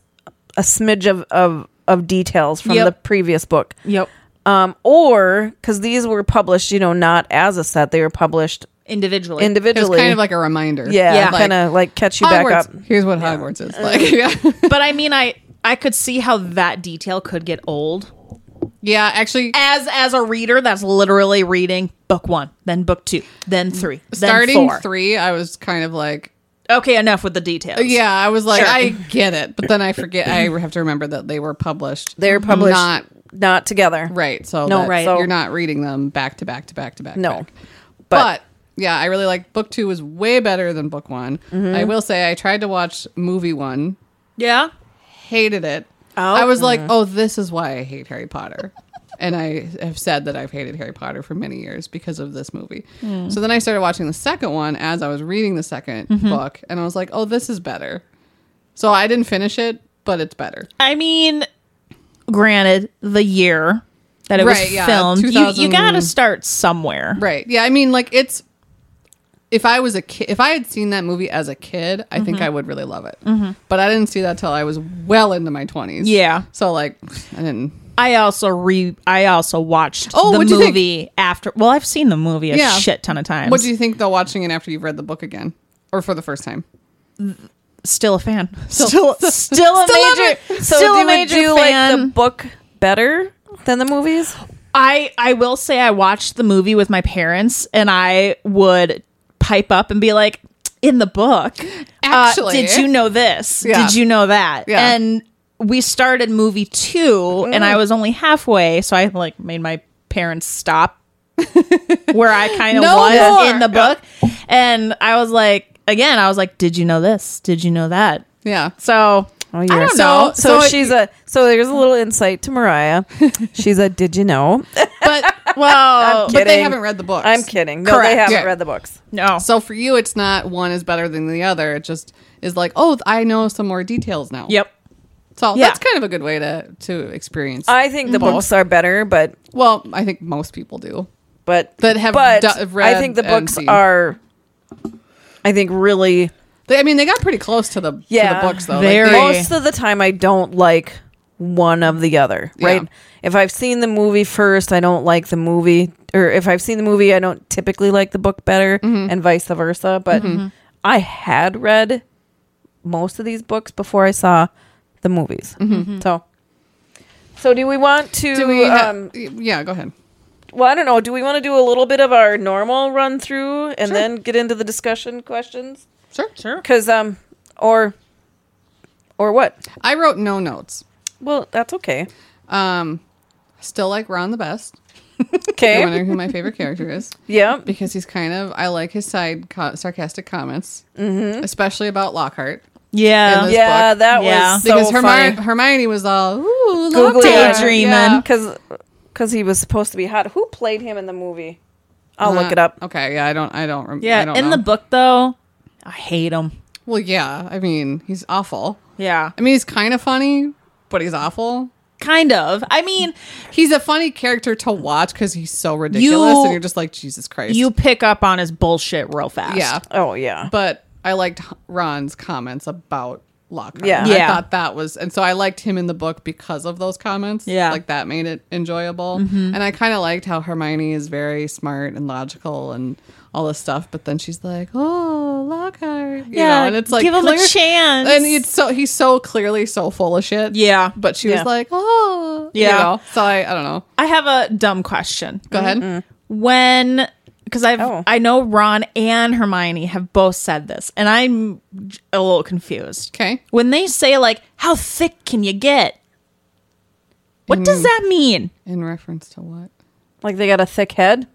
S1: a smidge of of, of details from
S2: Yep.
S1: the previous book.
S2: yep
S1: Um, or because these were published, you know, not as a set, they were published
S2: individually.
S3: it was
S1: individually.
S3: kind of like a reminder.
S1: yeah,
S2: Yeah.
S1: kind of like catch you back up.
S3: Hogwarts. Here's what Hogwarts is like. Yeah.
S2: but I mean I I could see how that detail could get old.
S3: yeah, actually,
S2: As as a reader that's literally reading book 1, then book 2, then 3, then
S3: starting
S2: 4.
S3: three, I was kind of like,
S2: Okay, enough with the details.
S3: Uh, yeah, I was like,
S2: Sure.
S3: I get it, but then I forget. I have to remember that they were published.
S1: They're published
S3: not
S1: not together.
S3: Right. So
S1: No,
S3: no,
S1: right.
S3: right.
S1: So-
S3: you're not reading them back to back to back to back.
S1: No.
S3: back.
S1: But-
S3: But, yeah, I really like book two was way better than book one.
S1: Mm-hmm.
S3: I will say I tried to watch movie one,
S2: Yeah.
S3: hated it. I was like, oh, this is why I hate Harry Potter. and I have said that I've hated Harry Potter for many years because of this movie. So then I started watching the second one as I was reading the 2nd book, and I was like, oh, this is better. So I didn't finish it, but it's better.
S2: I mean, granted, the year that it
S3: Right,
S2: was
S3: yeah,
S2: filmed, you, you
S3: 2000
S2: gotta start somewhere.
S3: Right. Yeah. I mean, like it's. If I was a kid, if I had seen that movie as a kid, I think I would really love it. But I didn't see that till I was well into my twenties.
S2: Yeah.
S3: So like, I didn't.
S2: I also re I also watched
S3: Oh,
S2: the
S3: what'd you think?
S2: movie after. Well, I've seen the movie a
S3: Yeah.
S2: shit ton of times.
S3: What do you think though? Watching it after you've read the book again, or for the first time?
S2: still a fan. Still, still,
S1: Still
S2: a major,
S1: So
S2: still
S1: do
S2: a major
S1: you
S2: fan.
S1: like the book better than the movies?
S2: I I will say I watched the movie with my parents, and I would pipe up and be like, "In the book,
S3: Actually.
S2: uh, did you know this?
S3: Yeah.
S2: Did you know that?"
S3: Yeah.
S2: And we started movie two, and I was only halfway, so I like made my parents stop where I kind of
S3: No
S2: was
S3: more.
S2: in the book, and I was like, again, I was like, "Did you know this? Did you know that?"
S3: Yeah.
S2: So
S1: Oh,
S2: I
S1: you're
S2: don't
S1: so-
S2: know.
S1: So,
S3: So it-
S1: she's a so there's a little insight to Mariah. She's a did you know?
S3: But
S2: well,
S3: but they
S1: Kidding.
S3: haven't read the books.
S1: I'm kidding. No, they
S2: Correct. Mm-hmm.
S1: haven't
S3: Yeah.
S1: read the books.
S2: no,
S3: So for you, it's not one is better than the other. It just is like, oh, I know some more details now.
S2: yep.
S3: So
S2: Yeah.
S3: that's kind of a good way to to experience.
S1: I think the books are better, but
S3: well, I think most people do.
S1: but
S3: That have
S1: but
S3: du- read
S1: I think the
S3: and
S1: books
S3: seen.
S1: are. I think really
S3: They, I mean, they got pretty close to the
S1: Yeah.
S3: to the books though.
S2: Very.
S3: they,
S1: most of the time I don't like one of the other. Right?
S3: Yeah.
S1: If I've seen the movie first, I don't like the movie, or if I've seen the movie, I don't typically like the book better,
S3: Mm-hmm.
S1: and vice versa. But I had read most of these books before I saw the movies.
S3: Mm-hmm.
S1: So, so do we want to?
S3: do we? ha-
S1: um,
S3: yeah, go ahead.
S1: well, I don't know. Do we want to do a little bit of our normal run through and then get into the discussion questions?
S3: Sure.
S2: Sure.
S1: Because um, or or what?
S3: I wrote no notes.
S1: Well, that's okay.
S3: Um, still like Ron the best. I
S1: Okay.
S3: wonder who my favorite character is
S1: Yeah.
S3: because he's kind of. I like his side co- sarcastic comments, mm-hmm. especially about Lockhart.
S2: Yeah.
S3: this
S1: Yeah,
S3: book.
S1: that
S2: Yeah.
S1: was so
S3: Because
S1: funny.
S3: Hermione, Hermione was all ooh,
S1: Googly
S3: Lockhart.
S1: eyed.
S2: Daydreaming.
S3: Yeah.
S1: Because because he was supposed to be hot. Who played him in the movie? I'll
S3: Uh,
S1: look it up.
S3: Okay, yeah, I don't, I don't remember.
S2: Yeah, in the
S3: book.
S2: book though, I hate him.
S3: Well, yeah, I mean, he's awful.
S2: Yeah,
S3: I mean, he's kind of funny, but he's awful.
S2: kind of. I mean,
S3: He's a funny character to watch because he's so ridiculous,
S2: You-
S3: and you're just like Jesus Christ.
S2: you pick up on his bullshit real fast.
S3: yeah.
S1: Oh yeah.
S3: But I liked Ron's comments about Lockhart.
S1: Yeah.
S3: I
S2: Yeah.
S3: thought that was, and so I liked him in the book because of those comments.
S2: Yeah. Mm-hmm.
S3: like that made it enjoyable. And I kind of liked how Hermione is very smart and logical and all this stuff, but then she's like, "Oh, Lockhart," you
S2: yeah.
S3: know, and it's like
S2: give him
S3: clear-
S2: a chance.
S3: and it's so he's so clearly so full of shit.
S2: yeah,
S3: but she
S1: Yeah.
S3: was like, oh,
S2: Yeah. Mm-hmm.
S3: yeah. So I, I don't know.
S2: I have a dumb question.
S3: Go ahead.
S2: Mm. When because I've
S1: Oh.
S2: I know Ron and Hermione have both said this, and I'm a little confused.
S3: Okay.
S2: When they say like, "How thick can you get?" What does that mean?
S3: In reference to what?
S1: Like they got a thick head.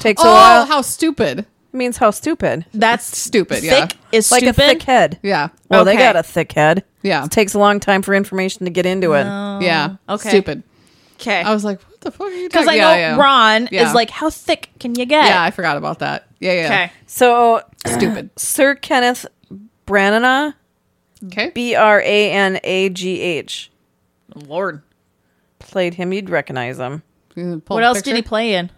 S1: Takes a
S3: Oh,
S1: while.
S3: how stupid.
S1: Means how stupid.
S2: That's
S3: Stupid,
S2: Thick
S3: yeah.
S2: is
S1: Like a
S2: stupid.
S1: thick head.
S3: Yeah.
S1: Well, they
S2: Okay.
S1: got a thick head.
S3: Yeah.
S1: It takes a long time for information to get into it.
S3: yeah.
S2: Oh, okay.
S3: Stupid.
S2: Okay.
S3: I was like, what the fuck are you
S2: Because
S3: talking
S2: I know Ron is like, how thick can you get?
S3: yeah, I forgot about that. Yeah, yeah.
S2: Okay.
S1: So,
S3: Stupid.
S1: Sir Kenneth Branagh,
S3: Okay.
S1: B R A N A G H,
S2: Lord.
S1: played him. You'd recognize him.
S2: What else did he play in?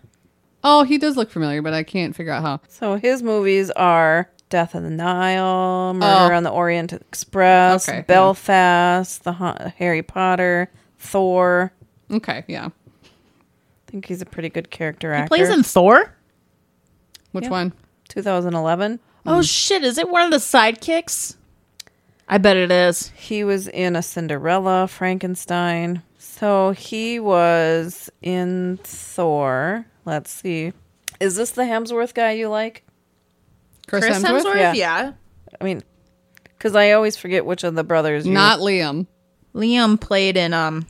S3: Oh, he does look familiar, but I can't figure out how.
S1: So his movies are Death on the Nile, Murder
S3: Oh.
S1: on the Orient Express,
S3: Okay, yeah.
S1: Belfast, The ha- Harry Potter, Thor.
S3: Okay, yeah.
S1: I think he's a pretty good character
S2: He
S1: actor.
S2: plays in Thor?
S3: Which one?
S1: 2011.
S2: Oh
S3: Mm.
S2: shit, is it one of the sidekicks? I bet it is.
S1: He was in a Cinderella, Frankenstein. So he was in Thor. Let's see. Is this the Hemsworth guy you like?
S3: Chris, Hemsworth?
S1: Yeah. I mean, because I always forget which of the brothers. you-
S3: Not Liam.
S2: Liam played in um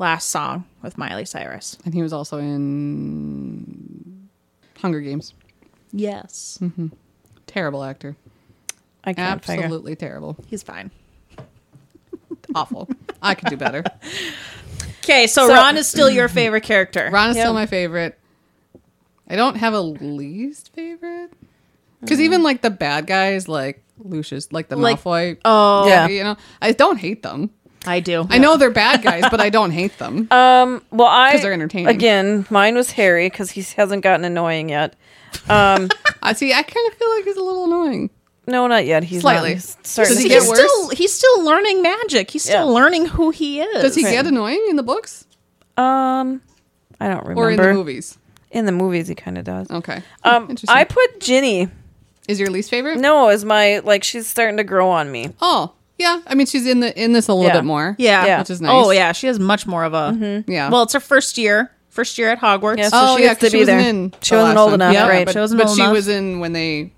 S2: last song with Miley Cyrus.
S3: And he was also in Hunger Games.
S2: Yes.
S3: Terrible actor.
S1: I can't figure.
S3: Absolutely terrible.
S2: He's fine.
S3: Awful. I could do better.
S2: Okay, so,
S1: So-
S2: Ron is still your favorite character.
S3: Ron is
S1: Yeah.
S3: still my favorite. I don't have a least favorite because even like the bad guys, like Lucius, like the
S2: Like-
S3: Malfoy.
S2: Oh,
S1: Yeah.
S3: you know, I don't hate them.
S2: I do.
S3: I know they're bad guys, but I don't hate them.
S1: Um. Well, I
S3: 'Cause they're entertaining.
S1: Again, mine was Harry because he hasn't gotten annoying yet. Um.
S3: I see. I kind of feel like he's a little annoying.
S1: no, not yet. He's
S3: Slightly.
S1: Not, he's starting to
S3: Does he
S1: get
S2: he's
S3: get worse?
S2: still he's still learning magic. He's still
S1: Yeah.
S2: learning who he is.
S3: Does he get annoying in the books
S1: Um. I don't remember.
S3: or in the movies?
S1: In the movies, he kind of does.
S3: Okay.
S1: Um.
S3: Interesting.
S1: I put Ginny.
S3: is your least favorite?
S1: No, is my like she's starting to grow on me.
S3: Oh, Yeah, I mean she's in the in this a little
S1: Yeah.
S3: bit more.
S2: Yeah. Mm-hmm.
S1: Yeah.
S3: which is nice.
S2: Oh yeah, she has much more of a.
S3: yeah.
S2: Well, it's her first year. First year at Hogwarts.
S1: Yes.
S3: oh
S1: she
S3: yeah,
S1: gets
S3: 'cause
S1: to
S3: she
S1: be
S3: wasn't
S1: there.
S3: in
S1: She
S3: the
S1: wasn't
S3: last
S1: old
S3: one.
S1: enough,
S3: Yeah,
S1: right.
S3: But,
S2: She wasn't
S3: but
S2: old
S3: she
S2: enough.
S3: was in when they when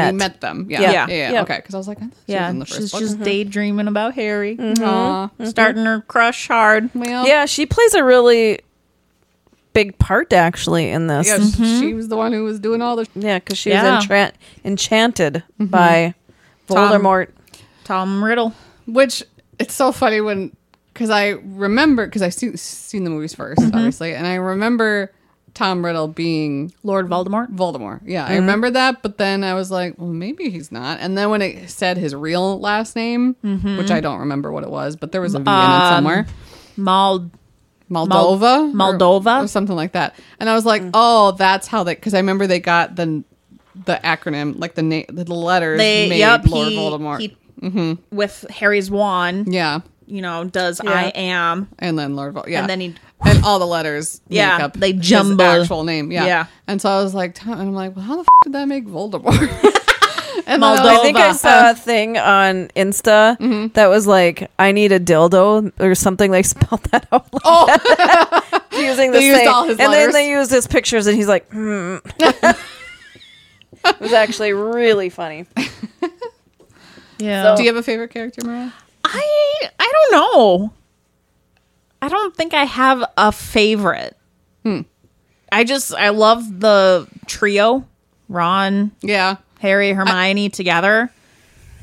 S1: Met.
S3: he met them. Yeah,
S1: Yeah.
S3: yeah, yeah. yeah.
S1: Yeah.
S3: Okay, because I was like, I thought she was
S2: Yeah,
S3: in the first
S2: she's
S3: one.
S2: just Mm-hmm. daydreaming about Harry,
S3: Aw.
S2: Mm-hmm. starting her crush hard.
S3: Well,
S1: Yeah, she plays a really big part actually in this.
S3: yeah,
S1: Yeah,
S3: she- she was the one who was doing all the.
S1: because she
S2: Yeah.
S1: was entra- enchanted
S3: Mm-hmm.
S1: by
S2: Tom.
S1: Voldemort.
S2: Tom Riddle.
S3: Which it's so funny when because I remember because I see, seen the movies 1st obviously, and I remember Tom Riddle being
S2: Lord Voldemort.
S3: Voldemort. Yeah, I remember that, but then I was like, well, maybe he's not. And then when it said his real last name, which I don't remember what it was, but there was a V in it
S2: Um,
S3: somewhere.
S2: Maul.
S3: Moldova,
S2: Mal-
S3: or-
S2: Moldova? Mm.
S3: or, something like that. And I was like, oh, that's how they because I remember they got the the acronym like the name the letters
S2: They.
S3: made
S2: yep.
S3: Lord
S2: he,
S3: Voldemort. Mm-hmm.
S2: he- With Harry's wand,
S3: yeah,
S2: you know, does I am.
S3: and then Lord Voldemort. Yeah,
S2: And then he-
S3: and all the letters
S2: Yeah,
S3: make up
S2: they
S3: his
S2: jumble.
S3: actual name. Yeah,
S2: Yeah.
S3: And so I was like, Tom, and I'm like, well, how the f- did that make Voldemort? and then I was
S2: Moldova.
S1: I think I saw a thing on Insta
S3: Mm-hmm.
S1: that was like, "I need a dildo" or something. Like spelled that out. Like
S3: Oh.
S1: that. using the
S3: They used
S1: same,
S3: all his
S1: and then
S3: letters.
S1: they used his pictures, and he's like, hmm. "It was actually really funny."
S2: Yeah.
S3: Do you have a favorite character, Mariah?
S2: I I don't know. I don't think I have a favorite.
S3: Hmm.
S2: I just I love the trio, Ron,
S3: Yeah.
S2: Harry, Hermione together.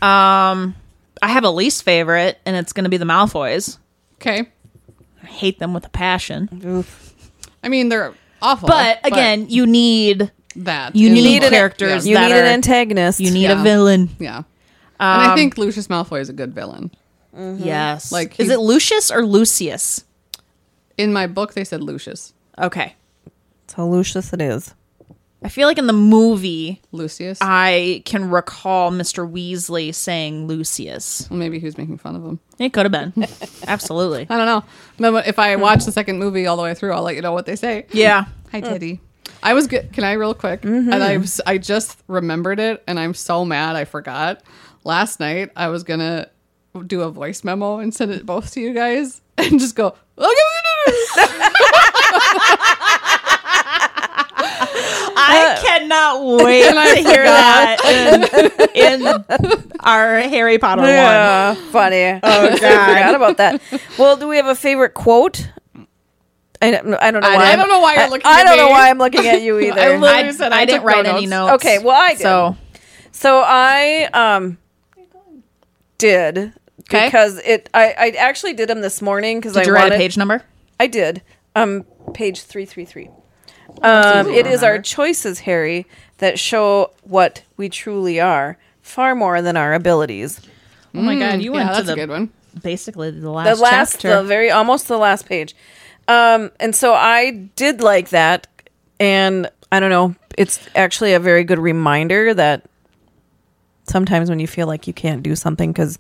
S2: Um, I have a least favorite, and it's gonna be the Malfoys.
S3: Okay.
S2: I hate them with a passion.
S3: I mean, they're awful.
S2: But again, you need
S3: that
S2: you
S3: is
S2: need
S3: important.
S2: characters
S1: You
S2: that
S1: need an
S2: are-
S1: antagonist.
S2: you need a
S3: Yeah.
S2: villain.
S3: Yeah. and
S2: Um,
S3: I think Lucius Malfoy is a good villain.
S2: Yes.
S3: Like,
S2: is
S3: he-
S2: it Lucius or Lucius?
S3: In my book, they said Lucius.
S2: Okay.
S1: so Lucius it is.
S2: I feel like in the movie
S3: Lucius.
S2: I can recall Mr. Weasley saying Lucius.
S3: well, maybe he was making fun of him.
S2: It could have been. Absolutely.
S3: I don't know. No, but if I watch the second movie all the way through, I'll let you know what they say.
S2: Yeah.
S3: Hmm. Hi, Teddy. Mm-hmm. I was good. Can I real quick? And I was, I just remembered it, and I'm so mad I forgot. Last night I was gonna do a voice memo and send it both to you guys, and just go.
S2: I cannot wait
S3: And I
S2: to hear that in, in our Harry Potter one.
S1: Yeah, funny. Oh God, forgot about that. Well, do we have a favorite quote? I don't, I don't know.
S3: I-
S1: Why
S3: I
S1: I'm-
S3: don't know why you're
S1: I-
S3: looking
S1: I,
S3: at
S1: don't know
S3: me.
S1: why I'm looking at you either.
S3: I literally
S2: I,
S3: said
S2: I
S3: I
S2: didn't
S3: took
S2: write
S3: no
S2: any
S3: notes.
S2: notes.
S1: Okay, well, I did.
S2: So
S1: So I um did
S2: 'Kay.
S1: because it. I, I actually did them this morning because I
S2: did you
S1: wanted.
S2: write a page number?
S1: I did. Um, page three three three. Um,
S3: easy to
S1: it is our
S3: remember.
S1: choices, Harry, that show what we truly are, far more than our abilities.
S2: Oh my god, you
S3: Yeah,
S2: went
S3: that's
S2: to
S3: a good
S2: the
S3: one.
S2: basically the
S1: the
S2: last,
S1: last
S2: chapter.
S1: the very almost the last page um and so i did like that and i don't know it's actually a very good reminder that sometimes when you feel like you can't do something because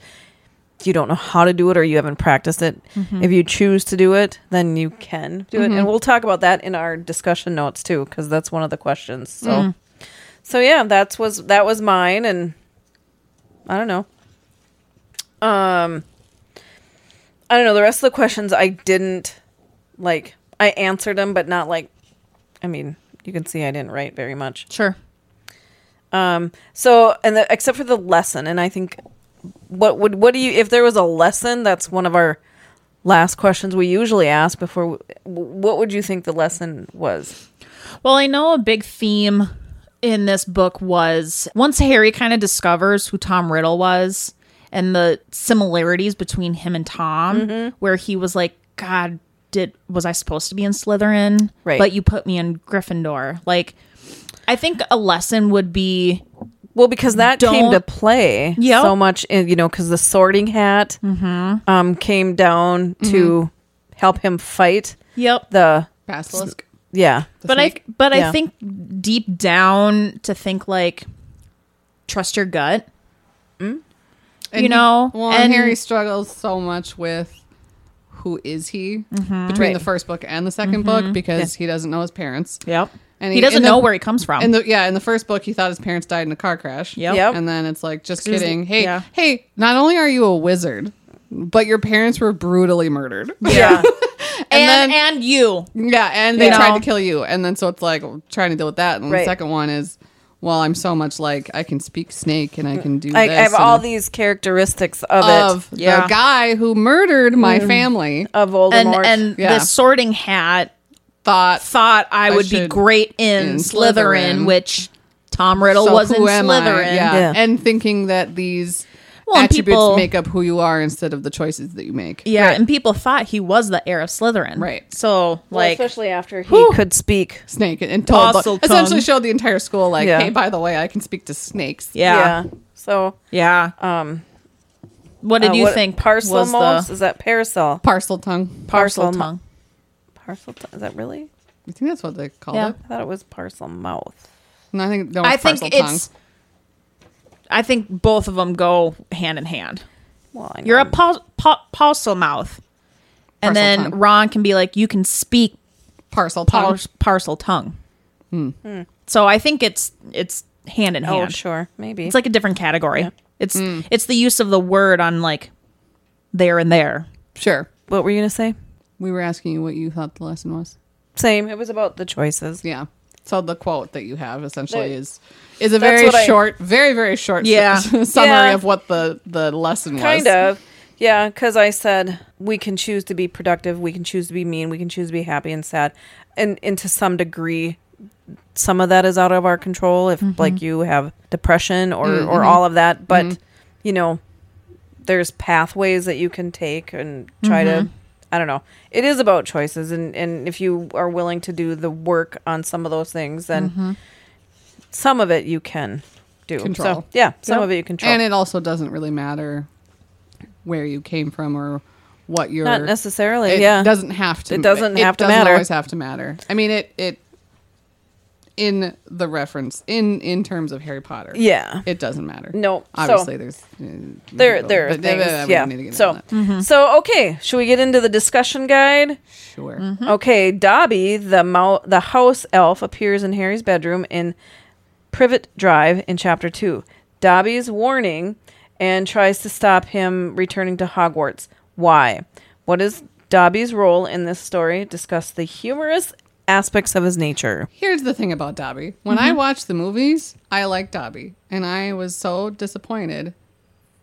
S1: you don't know how to do it or you haven't practiced it
S2: Mm-hmm.
S1: if you choose to do it then you can do it and we'll talk about that in our discussion notes too because that's one of the questions so
S2: Mm.
S1: so yeah that's was that was mine and i don't know I don't know. The rest of the questions I didn't like. I answered them, but not like. I mean, you can see I didn't write very much.
S2: sure.
S1: Um. So, and the, except for the lesson, and I think, what would what do you if there was a lesson? That's one of our last questions we usually ask before. We, what would you think the lesson was?
S2: Well, I know a big theme in this book was once Harry kind of discovers who Tom Riddle was and the similarities between him and Tom, where he was like, God, did was I supposed to be in Slytherin?
S1: Right.
S2: But you put me in Gryffindor. Like, I think a lesson would be
S1: Well, because that came
S2: Don't-
S1: to play
S2: Yep. Mm-hmm.
S1: so much, in, you know, because the Sorting Hat um came down to help him fight
S2: Yep.
S1: the
S3: Basilisk.
S1: yeah
S2: but
S3: snake?
S2: I but
S1: Yeah.
S2: I think deep down to think like trust your gut.
S3: And
S2: you
S3: he-
S2: know,
S3: well, and Harry struggles so much with who is he between
S1: Right.
S2: Mm-hmm.
S3: the first book and the 2nd book because he doesn't know his parents.
S2: Yep.
S3: And
S2: Mm-hmm. He doesn't
S3: in the-
S2: know where he comes from.
S3: In the yeah, in the first book, he thought his parents died in a car crash.
S2: Yep.
S1: Yep.
S3: And then it's like, just
S2: Excuse me.
S3: kidding. Hey,
S2: Yeah.
S3: hey, not only are you a wizard, but your parents were brutally murdered.
S1: Yeah.
S2: and
S3: then-
S2: and, you.
S3: yeah, and they
S2: You
S3: tried
S2: know.
S3: to kill you. And then so it's like trying to deal with that. And
S1: Right.
S3: the second one is, well, I'm so much like I can speak snake and I can do
S1: like I
S3: this
S1: have all
S3: and-
S1: these characteristics of,
S3: of
S1: it.
S2: Yeah. Mm-hmm.
S3: the guy who murdered my family
S1: Of
S2: And
S1: Voldemort.
S2: and the
S3: Yeah.
S2: sorting hat
S3: thought
S2: thought I, would be
S3: should-
S2: great in,
S3: in
S2: Slytherin,
S3: Slytherin.
S2: which Tom Riddle
S3: so
S2: was in
S3: who am I?
S2: Slytherin.
S3: Yeah.
S1: Yeah.
S3: and thinking that these
S2: Well, and
S3: attributes
S2: people-
S3: make up who you are instead of the choices that you make.
S2: Yeah, and people thought he was the heir of Slytherin.
S3: Right.
S2: So
S1: Well,
S2: like
S1: especially after he
S2: Whew.
S1: could speak.
S3: snake and told
S2: Docile tongue.
S3: essentially showed the entire school like
S1: Yeah.
S3: hey by the way i can speak to snakes
S2: yeah.
S1: So
S2: Yeah.
S1: um
S2: What did
S1: uh,
S2: you
S1: what-
S2: think
S1: Parcel
S2: was
S1: most?
S2: the
S1: Is that parasol?
S3: parcel tongue
S1: Parcel
S2: parcel
S1: mo-
S2: tongue?
S1: Parcel t- is that really?
S3: i think that's what they called
S2: Yeah.
S3: it
S1: I thought it was parcel mouth.
S3: no, i think no,
S2: I
S3: it's
S2: think
S3: parcel tongue.
S2: it's I think both of them go hand in hand.
S1: Well, I know.
S2: You're a pal- pal- parcel mouth.
S3: Parcel
S2: And then
S3: tongue.
S2: Ron can be like, you can speak
S3: parcel
S2: par-
S3: tongue Hmm.
S2: parcel tongue. So I think it's it's hand in
S1: Oh,
S2: hand.
S1: sure, maybe.
S2: It's like a different category. It's
S3: Hmm.
S2: it's the use of the word on like there and there.
S3: sure
S1: what were you gonna say?
S3: we were asking you what you thought the lesson was
S1: Same. It was about the choices.
S3: yeah so the quote that you have essentially
S1: The-
S3: is is a
S1: That's
S3: very
S1: what I-
S3: short very very short
S2: Yeah.
S3: summary
S1: Yeah.
S3: of what the the lesson was
S1: Kind of. Yeah, because I said we can choose to be productive, we can choose to be mean, we can choose to be happy and sad, and and to some degree, some of that is out of our control. If
S3: Mm-hmm.
S1: like you have depression or or all of that, but
S3: Mm-hmm.
S1: you know, there's pathways that you can take and try
S3: Mm-hmm.
S1: to. I don't know. It is about choices, and and if you are willing to do the work on some of those things, then
S3: Mm-hmm.
S1: some of it you can do. So
S3: Control.
S1: yeah, some
S3: Yep.
S1: of it you control.
S3: and it also doesn't really matter where you came from or what your
S1: Not necessarily.
S3: it
S1: yeah.
S3: doesn't have to
S1: It doesn't have to
S3: doesn't
S1: matter.
S3: always have to matter i mean it it in the reference in in terms of harry potter
S1: Yeah.
S3: it doesn't matter
S1: No,
S3: obviously
S1: so-
S3: there's uh,
S1: there
S3: but-
S1: there are
S3: but- but-
S1: things.
S3: but we
S1: yeah.
S3: need to get
S1: so mm-hmm.
S3: into that.
S1: so okay, should we get into the discussion guide?
S3: sure
S1: Hmm? Okay, Dobby, the mou- the house elf appears in Harry's bedroom in Privet Drive in chapter 2. Dobby's warning and tries to stop him returning to Hogwarts. Why? What is Dobby's role in this story? Discuss the humorous aspects of his nature.
S3: here's the thing about dobby when
S2: Mm-hmm.
S3: i watch the movies i like dobby and i was so disappointed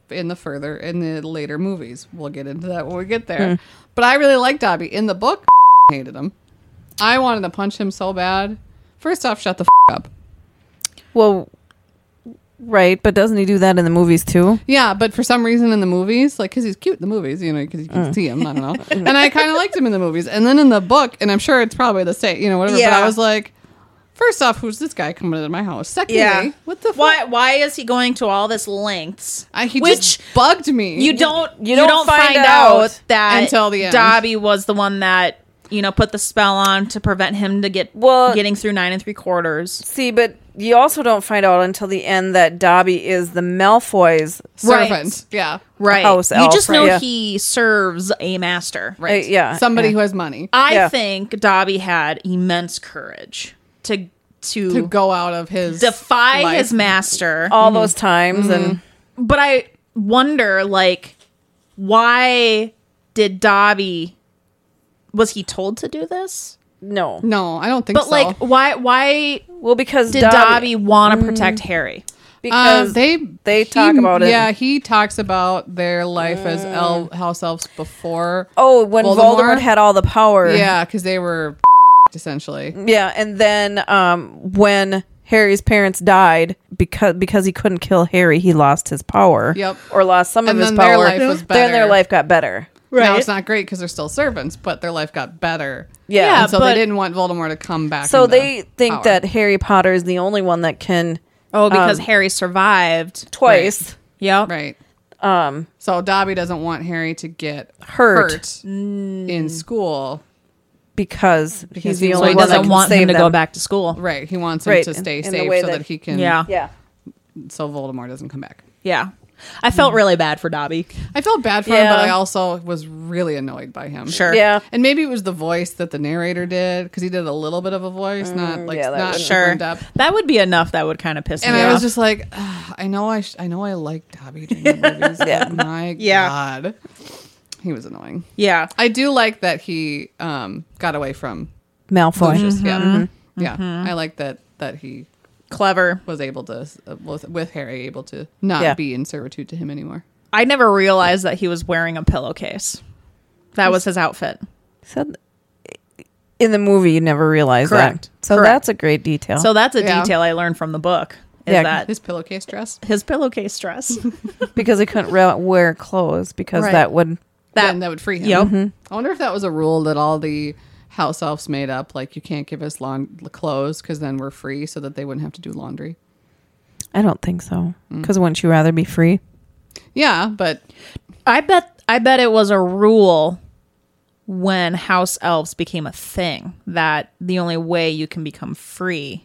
S3: in the further in the later movies we'll get into that when we get there
S2: Hmm.
S3: but i really like dobby in the book hated him i wanted to punch him so bad first off shut the f- up
S1: Well, right, but doesn't he do that in the movies too?
S3: Yeah, but for some reason in the movies, like because he's cute in the movies, you know, because you can
S2: Uh.
S3: see him. I don't know, and I kind of liked him in the movies, and then in the book, and I'm sure it's probably the same, you know, whatever. But
S2: Yeah.
S3: I was like, first off, who's this guy coming into my house? Secondly,
S2: Yeah.
S3: what the
S2: Why
S3: fuck?
S2: why is he going to all this lengths?
S3: I, he
S2: Which
S3: just bugged me.
S2: you don't
S1: you don't find out
S2: that
S3: until the end.
S2: Dobby was the one that you know put the spell on to prevent him to get
S1: Well-
S2: getting through nine and three quarters.
S1: See, but you also don't find out until the end that Dobby is the Malfoy's.
S3: servant.
S2: Right.
S3: Yeah,
S2: Right.
S1: House
S2: you
S1: elf,
S2: just know
S1: right. Yeah.
S2: he serves a master.
S3: right.
S1: Uh, yeah,
S3: somebody
S1: yeah.
S3: who has money
S2: I
S1: Yeah.
S2: think Dobby had immense courage to to,
S3: to go out of his
S2: defy
S3: life.
S2: his master.
S3: Mm-hmm.
S1: All those times, and
S2: but I wonder like why did Dobby was he told to do this?
S1: no,
S3: No, I don't think
S2: But
S3: so.
S2: like why why
S1: well, because
S2: did Dobby,
S3: Mm.
S2: want to protect Harry?
S3: Uh,
S1: because
S3: they
S1: they talk about it. Mm.
S3: Yeah, he talks about their life as elf, house elves before.
S1: oh, when Voldemort,
S3: Voldemort?
S1: had all the power,
S3: Yeah, because they were essentially.
S1: yeah, and then um, when Harry's parents died because because he couldn't kill Harry, he lost his power.
S3: Yep.
S1: or lost some
S3: And
S1: of his
S3: then
S1: power.
S3: their life was
S1: Then their
S3: better.
S1: life got better.
S3: Now
S2: Right.
S3: it's not great because they're still servants, but their life got better.
S1: Yeah. Yeah,
S3: and so
S2: but-
S3: they didn't want Voldemort to come back.
S1: So
S3: into
S1: they think
S3: power.
S1: that Harry Potter is the only one that can
S2: Oh, because Harry survived.
S1: twice
S2: Yep.
S3: Um, right. Um. So Dobby doesn't want Harry to get
S1: Hurt.
S3: hurt,
S2: Mm.
S3: in school.
S1: because, he's
S3: Because
S1: the
S3: he- so
S1: only
S2: He
S1: one that
S2: doesn't
S1: can
S2: want
S1: save
S2: him to
S1: them.
S2: go back to school.
S3: Right. He wants him
S1: Right,
S3: to
S1: in-
S3: stay
S1: in the
S3: safe
S1: way
S3: so
S1: that-
S3: that, he can.
S2: Yeah.
S1: Yeah.
S3: So Voldemort doesn't come back.
S2: Yeah. I
S3: Mm.
S2: felt really bad for Dobby.
S3: I felt bad for him,
S1: Yeah.
S3: but I also was really annoyed by him.
S2: Sure.
S1: Yeah.
S3: And maybe it was the voice that the narrator did because he did a little bit of a voice, not like
S1: Mm, yeah, that
S3: not
S1: would-
S3: sure.
S2: Sure.
S3: in depth.
S2: That would be enough. That would kind of piss
S3: And
S2: me
S3: I was
S2: off.
S3: just like, "Ugh, I know I, sh- I know I like Dobby. During the movies.
S1: Yeah.
S3: but My
S2: Yeah.
S3: God, he was annoying.
S2: yeah.
S3: I do like that he um, got away from
S1: Malfoy.
S3: Lucius. Yeah,
S1: Mm-hmm.
S3: yeah. I like that that he
S2: Clever.
S3: was able to uh, was with Harry able to not
S1: Yeah.
S3: be in servitude to him anymore.
S2: I never realized that he was wearing a pillowcase. That was his outfit.
S1: Said in the movie, you never realize
S2: Correct.
S1: that. So
S2: Correct.
S1: that's a great detail.
S2: So that's a
S3: Yeah.
S2: detail I learned from the book. Is
S1: Yeah.
S2: that
S3: His pillowcase dress.
S2: his pillowcase dress?
S1: because he couldn't re- wear clothes because
S2: Right.
S1: that would
S2: That-
S3: Then that would free him.
S2: Yep.
S3: I wonder if that was a rule that all the house elves made up, like you can't give us lawn clothes because then we're free, so that they wouldn't have to do laundry.
S1: I don't think so.
S2: Mm.
S1: Because wouldn't you rather be free?
S3: Yeah, but
S2: I bet I bet it was a rule when house elves became a thing that the only way you can become free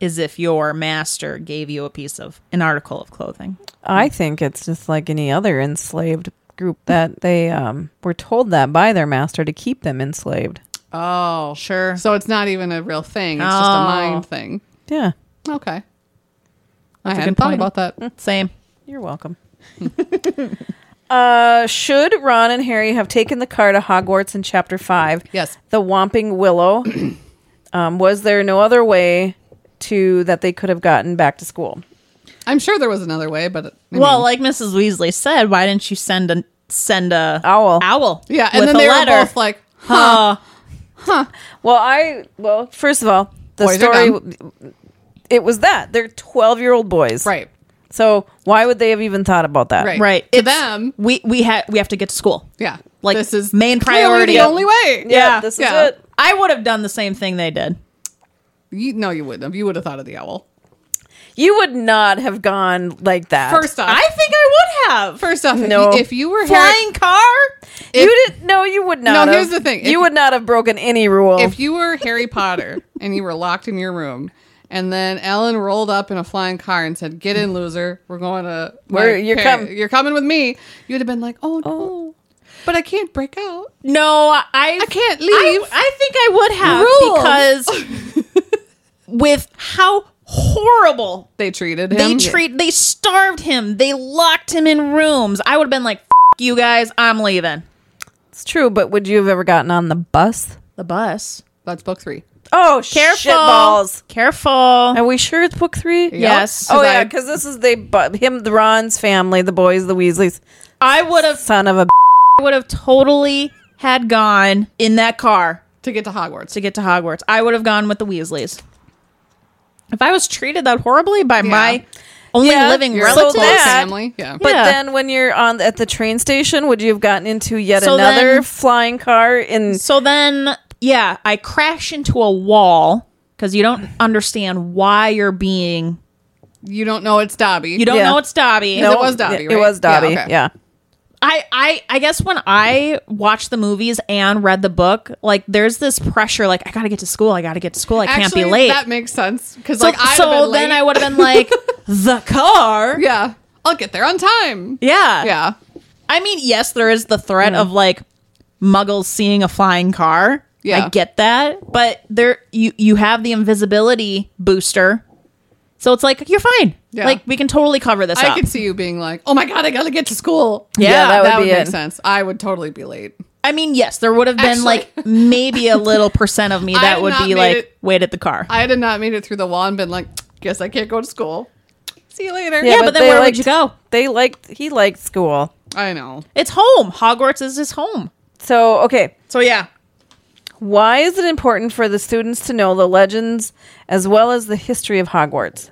S2: is if your master gave you a piece of an article of clothing.
S1: I think it's just like any other enslaved group that they um, were told that by their master to keep them enslaved.
S3: oh,
S2: Sure.
S3: So it's not even a real thing. It's just a
S2: Oh.
S3: mind thing.
S1: Yeah,
S3: Okay. I
S2: That's a
S3: hadn't
S2: good
S3: thought
S2: point. Mm.
S3: about that.
S2: Same.
S1: you're welcome. uh, should Ron and Harry have taken the car to Hogwarts in Chapter Five?
S3: Yes.
S1: the Whomping Willow. um, was there no other way to that they could have gotten back to school?
S3: I'm sure there was another way, but I
S2: well,
S3: mean-
S2: like Mrs. Weasley said, why didn't you send a send a
S1: Owl.
S2: owl?
S3: yeah, and
S2: with
S3: then
S2: a
S3: they
S2: letter.
S3: were both like, huh.
S2: Huh.
S1: Well, I well, first of all, the
S3: Boys are
S1: story it was that they're twelve year old boys,
S3: Right.
S1: So why would they have even thought about that?
S3: Right.
S2: right.
S3: To
S2: It's-
S3: them.
S2: we we had we have to get to school.
S3: Yeah.
S2: Like,
S3: this is
S2: main
S3: clearly
S2: priority.
S3: The only way.
S1: Yeah, this
S3: yeah. Uh,
S1: is it.
S2: I would have done the same thing they did.
S3: You, no, you wouldn't have. You would have thought of the owl.
S1: You would not have gone like that.
S3: First off,
S2: I think I would have.
S3: first off, if
S1: No.
S3: you- if you were Harry,
S2: flying car.
S1: you didn't. No, you would not.
S3: No,
S1: have.
S3: here's the thing. If-
S1: you would not have broken any rule.
S3: if you were Harry Potter and you were locked in your room, and then Ellen rolled up in a flying car and said, "Get in, loser. We're going to
S1: Where-
S3: my
S1: you're
S3: par-
S1: com-
S3: You're coming with me." You'd have been like, "Oh no, but I can't break out."
S2: No, I I
S3: can't
S2: I,
S3: leave.
S2: think I would have
S3: Rules.
S2: because with how horrible
S3: They treated him.
S2: they treat they starved him, they locked him in rooms. I would have been like, F- "You guys, I'm leaving."
S1: it's true, but would you have ever gotten on the bus?
S2: The bus.
S3: That's book three.
S1: Oh,
S2: Careful.
S1: shit balls.
S2: Careful.
S1: Are we sure it's book three?
S2: Yes.
S1: Oh
S3: 'Cause
S1: yeah,
S3: I-
S1: because this is they but him the Ron's family, the boys, the Weasleys,
S2: I would have
S1: son of a.
S2: I would have totally had gone in that car
S3: to get to Hogwarts.
S2: to get to Hogwarts. I would have gone with the Weasleys. If I was treated that horribly by my only
S1: Yeah,
S2: living
S1: you're so
S2: relative,
S1: close. That-
S3: family. Yeah.
S1: But
S2: Yeah.
S1: then when you're on at the train station, would you have gotten into yet
S2: So
S1: another
S2: then-
S1: flying car? In
S2: So then, yeah, I crash into a wall because you don't understand why you're being.
S3: you don't know it's Dobby.
S2: You don't
S1: Yeah.
S2: know it's Dobby.
S3: No. it was Dobby,
S1: It,
S3: right?
S1: was Dobby.
S3: Yeah, okay.
S1: yeah.
S2: I, I, I guess when I watched the movies and read the book, like there's this pressure, like I gotta get to school, I gotta get to school, I
S3: Actually,
S2: can't be late.
S3: That makes sense because
S2: so
S3: like I
S2: so then I would have been like the car. Yeah.
S3: yeah. I'll get there on time.
S2: yeah,
S3: Yeah.
S2: I mean, yes, there is the threat of like muggles seeing a flying car.
S3: Yeah.
S2: I get that, but there you you have the invisibility booster. So it's like you're fine.
S3: Yeah.
S2: Like we can totally cover this
S3: I
S2: up.
S3: could see you being like, "Oh my god, I gotta get to school."
S2: Yeah, Yeah,
S1: that would
S3: that would
S1: be
S3: make
S1: it.
S3: sense. I would totally be late.
S2: I mean, yes, there would have been
S3: Actually-
S2: like maybe a little percent of me
S3: I've
S2: that would
S3: not
S2: be
S3: made
S2: like
S3: it-
S2: wait at the car.
S3: I had not made it through the wall and been like, guess I can't go to school. See you later.
S2: yeah, but, then
S1: they
S2: where
S1: liked-
S2: would you go?
S1: They liked he liked school.
S3: I know.
S2: It's home. Hogwarts is his home.
S1: So okay,
S2: So yeah.
S1: why is it important for the students to know the legends as well as the history of Hogwarts?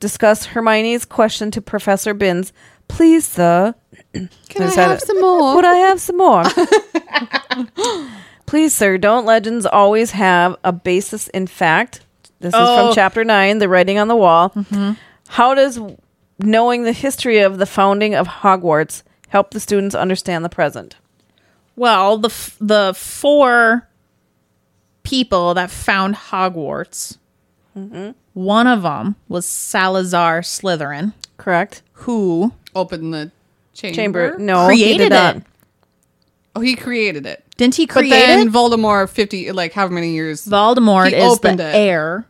S1: Discuss Hermione's question to Professor Binns. Please, sir,
S3: Can
S1: I Is that have it? some
S3: more?
S1: Would I have some more? Please, sir, don't legends always have a basis in fact? This is
S2: Oh.
S1: from chapter nine, the writing on the wall. How does knowing the history of the founding of Hogwarts help the students understand the present?
S2: Well, the f- the four people that found
S3: Mm-hmm.
S2: Hogwarts, one of them was Salazar Slytherin.
S1: correct?
S2: who
S3: Open the chamber.
S1: Chamber. No, he
S2: created
S1: did not.
S2: it.
S3: Oh, he created it.
S2: Didn't he
S3: But
S2: create
S3: then
S2: it?
S3: Voldemort, fifty, like how many years?
S2: Voldemort
S3: He
S2: is
S3: opened
S2: the
S3: it.
S2: heir.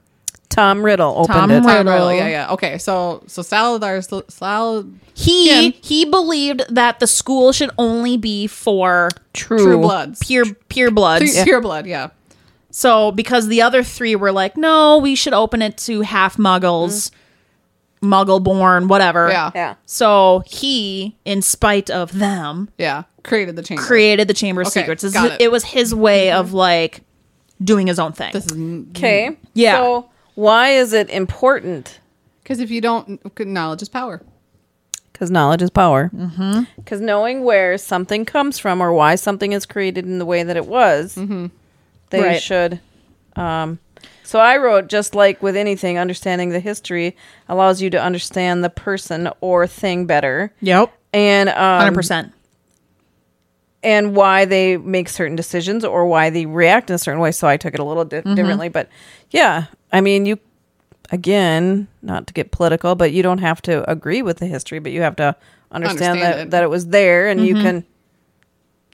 S1: Tom Riddle opened
S2: Tom
S1: it.
S2: Riddle.
S3: Tom Riddle. Yeah, yeah. Okay, so so Salazar, Sal, Sal,
S2: He
S3: Him.
S2: he believed that the school should only be for
S1: True.
S3: True Bloods,
S2: pure pure bloods.
S3: pure blood. Yeah.
S2: So because the other three were like, no, we should open it to half muggles, muggle born, whatever.
S3: Mm-hmm. Yeah.
S1: Yeah.
S2: So he, in spite of them,
S3: Yeah, created the chamber.
S2: created the Chamber of
S3: Okay,
S2: Secrets. This-
S3: got
S2: it.
S3: it. Mm-hmm.
S2: was his way of like doing his own thing.
S3: this is
S1: Okay.
S2: Yeah.
S1: So why is it important?
S3: because if you don't, knowledge is power.
S1: Because knowledge is power. Because knowing where something comes from or why something is created in the way that it was, they
S2: Right.
S1: should. Um, so I wrote just like with anything, understanding the history allows you to understand the person or thing better,
S2: yep.
S1: and um,
S2: Hundred percent.
S1: and why they make certain decisions or why they react in a certain way. So I took it a little di- differently, but yeah, I mean, you again, not to get political, but you don't have to agree with the history, but you have to understand,
S3: Understand
S1: that
S3: it.
S1: that it was there, and you can.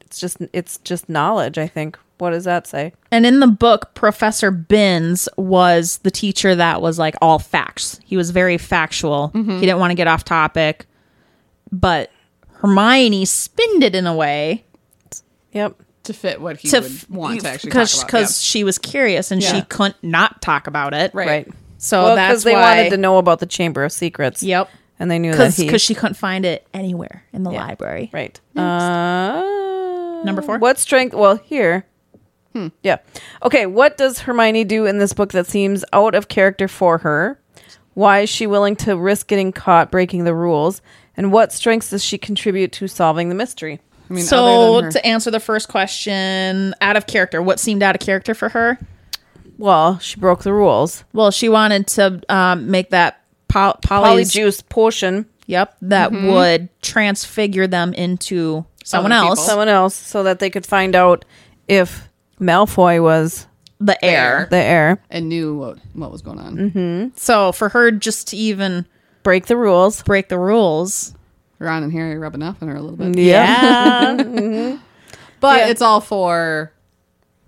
S1: It's just it's just knowledge. I think. What does that say?
S2: And in the book, Professor Binns was the teacher that was like all facts. He was very factual. He
S3: Mm-hmm.
S2: didn't want to get off topic, but Hermione spinned it in a way
S1: Yep.
S3: to fit what he
S2: to
S3: would
S2: f-
S3: want to actually
S2: because
S3: talk about.
S2: because she was curious and she
S3: Yeah.
S2: couldn't not talk about it.
S3: Right.
S1: Right.
S2: So
S1: well,
S2: that's
S1: because they
S2: why.
S1: wanted to know about the Chamber of Secrets.
S2: Yep.
S1: And they knew that
S2: Because
S1: he.
S2: because she couldn't find it anywhere in the library.
S1: Right. Uh,
S2: Number four?
S1: What strength? Well, here. Yeah. Okay. What does Hermione do in this book that seems out of character for her? Why is she willing to risk getting caught breaking the rules? And what strengths does she contribute to solving the mystery?
S3: I mean, other
S2: so
S3: than her-
S2: to answer the first question, out of character, what seemed out of character for her?
S1: Well, she broke the rules.
S2: Well, she wanted to um, make that po- Polly's
S1: Polyjuice potion.
S2: Yep, that would transfigure them into someone
S3: Mm-hmm. Other
S2: else,
S1: Someone else, so that they could find out if Malfoy was
S2: the heir.
S1: the heir.
S3: and knew what, what was going on.
S2: Mm-hmm. So for her, just to even
S1: Break the rules.
S2: break the rules,
S3: Ron and Harry rubbing off on her a little bit,
S1: Yeah.
S3: but it's all for,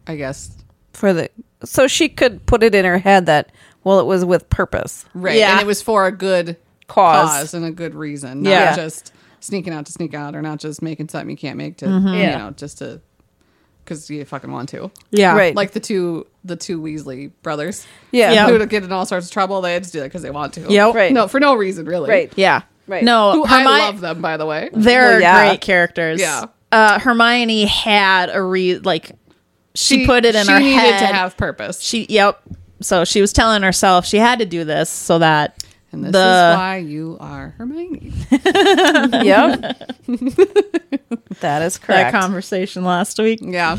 S3: I guess,
S1: for the so she could put it in her head that well it was with purpose
S3: right.
S2: Yeah.
S3: And it was for a good
S1: Cause.
S3: cause and a good reason, not
S1: Yeah.
S3: just sneaking out to sneak out, or not just making something you can't make to,
S2: Mm-hmm.
S3: you
S1: Yeah.
S3: know, just to because you fucking want to.
S2: yeah,
S1: Right.
S3: Like the two, the two Weasley brothers,
S1: Yeah.
S2: Yeah.
S3: who would get in all sorts of trouble. They just do it because they want to.
S2: Yep.
S1: Right.
S3: No, for no reason, really.
S1: Right.
S2: yeah,
S1: Right.
S2: No,
S3: Who I
S2: Hermi-
S3: love them, by the way.
S2: They're
S1: Well, yeah.
S2: great characters.
S3: Yeah.
S2: uh, Hermione had a re like she, put it in
S3: she
S2: her
S3: needed
S2: head
S3: to have purpose.
S2: She yep. So she was telling herself she had to do this so that
S3: And this
S2: the-
S3: is why you are Hermione.
S1: yep that is
S2: that
S1: correct
S2: conversation last week.
S3: Yeah.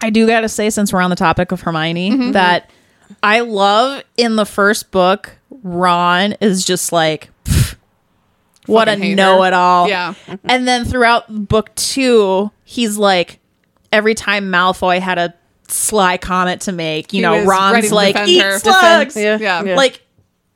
S2: I do got to say, since we're on the topic of Hermione,
S3: Mm-hmm,
S2: that I love in the first book, Ron is just like, "Pff, what
S3: Fucking hate
S2: a
S3: her."
S2: know it all.
S3: Yeah.
S2: And then throughout book two, he's like, every time Malfoy had a sly comment to make, you
S3: He
S2: know,
S3: was ready
S2: Ron's
S3: to
S2: like,
S3: defend
S2: eat
S3: her."
S2: slugs.
S1: yeah,
S3: Yeah.
S1: yeah.
S2: Like,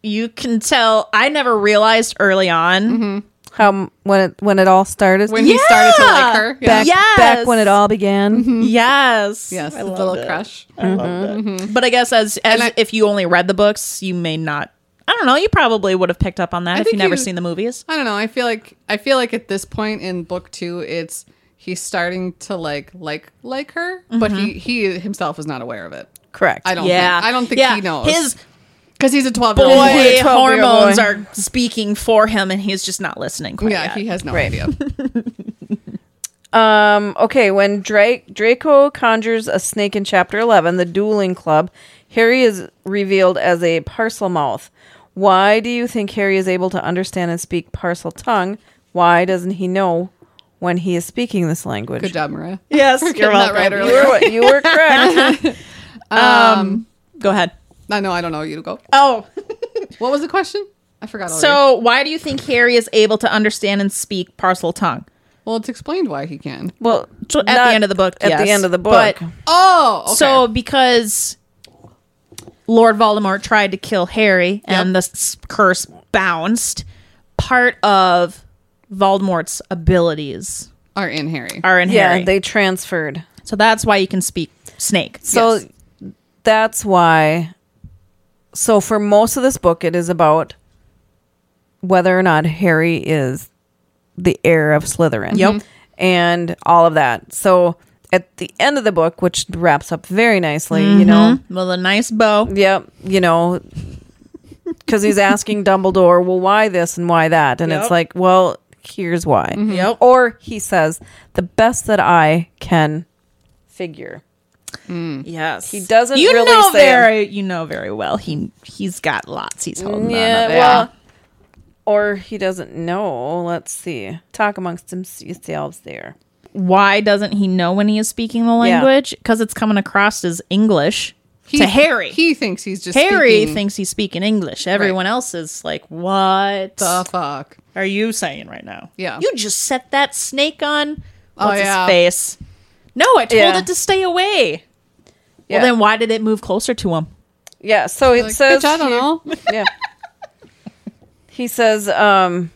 S2: you can tell, I never realized early on.
S1: how m- when it when it all started
S3: When he Mm-hmm. started to like her. Yeah.
S1: back,
S2: Yes.
S1: back when it all began
S2: Yes.
S3: Yes.
S2: I
S3: the
S2: loved
S3: little
S2: it.
S3: crush.
S2: But I guess as, as
S3: And I-
S2: if you only read the books, you may not. I don't know. You probably would have picked up on that if
S3: think
S2: you never
S3: you-
S2: seen the movies.
S3: I don't know. I feel like I feel like at this point in book two, it's he's starting to like like like her, but he he himself is not aware of it.
S1: correct
S3: I don't. Think, I don't think
S2: Yeah.
S3: he knows
S2: His
S3: because he's a twelve year
S2: boy
S3: old boy.
S1: He's a 12-year-old
S2: hormones
S1: boy.
S2: are speaking for him, and he's just not listening. Quite
S3: Yeah,
S2: yet.
S3: he has no
S1: Right.
S3: idea.
S1: um okay when drake draco conjures a snake in chapter 11 the dueling club harry is revealed as a parcel mouth why do you think harry is able to understand and speak parcel tongue why doesn't he know when he is speaking this language
S3: Good job, Maria.
S2: yes,
S3: For
S2: you're
S3: getting that
S2: welcome.
S3: right
S1: You
S3: earlier.
S1: were, you were correct.
S2: Go ahead.
S3: I know. I don't know. You go.
S2: Oh,
S3: What was the question? I forgot. Already.
S2: so why do you think Harry is able to understand and speak parcel tongue?
S3: well, it's explained why he can.
S1: well,
S2: At the
S1: not-
S2: end of the book.
S1: At
S2: yes.
S1: the end of the book.
S2: But
S3: Oh, okay.
S2: So because Lord Voldemort tried to kill Harry and the s- curse bounced, part of Voldemort's abilities
S3: Are in Harry.
S2: are in
S1: yeah,
S2: Harry.
S1: they transferred.
S2: so that's why you can speak snake.
S1: So
S3: Yes.
S1: that's why. So for most of this book, it is about whether or not Harry is the heir of Slytherin. Mm-hmm.
S2: Yep.
S1: And all of that. So at the end of the book, which wraps up very nicely, you
S2: Mm-hmm.
S1: know,
S2: Well, a nice bow.
S1: yep, you know, because he's asking Dumbledore, well, why this and why that? And
S2: Yep.
S1: it's like, well, here's why.
S3: Mm-hmm.
S2: Yep.
S1: Or he says, the best that I can figure.
S2: Yes,
S1: Mm. He doesn't
S2: You
S1: really
S2: know
S1: say-
S2: very, you know very well. He he's got lots. He's holding on.
S1: Yeah,
S2: to.
S1: well, or he doesn't know. Let's see. Talk amongst yourselves there.
S2: Why doesn't he know when he is speaking the
S1: Yeah.
S2: language? Because it's coming across as English
S3: He-
S2: to Harry.
S3: He thinks he's just
S2: Harry
S3: speaking
S2: thinks he's speaking English. Everyone else is like, "What
S3: the fuck.
S2: are you saying right now?
S3: Yeah.
S2: you just set that snake on
S3: Oh,
S2: what's
S3: yeah.
S2: his face. No, I told
S1: Yeah.
S2: it to stay away.
S1: Yeah.
S2: Well, then why did it move closer to him?
S1: yeah. So it
S3: Like,
S1: says.
S3: Bitch, I don't
S1: here-
S3: know.
S1: Yeah. he says, um,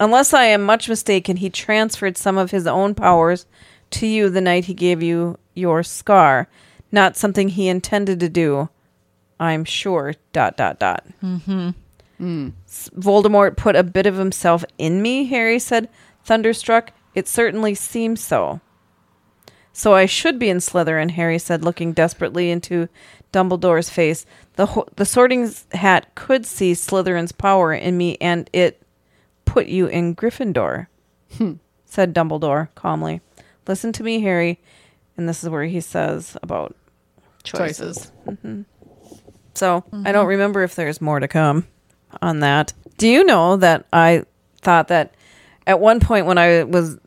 S1: unless I am much mistaken, he transferred some of his own powers to you the night he gave you your scar. Not something he intended to do. I'm sure. Dot dot dot. Voldemort put a bit of himself in me, Harry said, thunderstruck. It certainly seems so. So I should be in Slytherin, Harry said, looking desperately into Dumbledore's face. The ho- the Sorting Hat could see Slytherin's power in me, and it put you in Gryffindor, said Dumbledore calmly. Listen to me, Harry. And this is where he says about choices.
S3: Choices.
S1: So I don't remember if there's more to come on that. Do you know that I thought that at one point when I was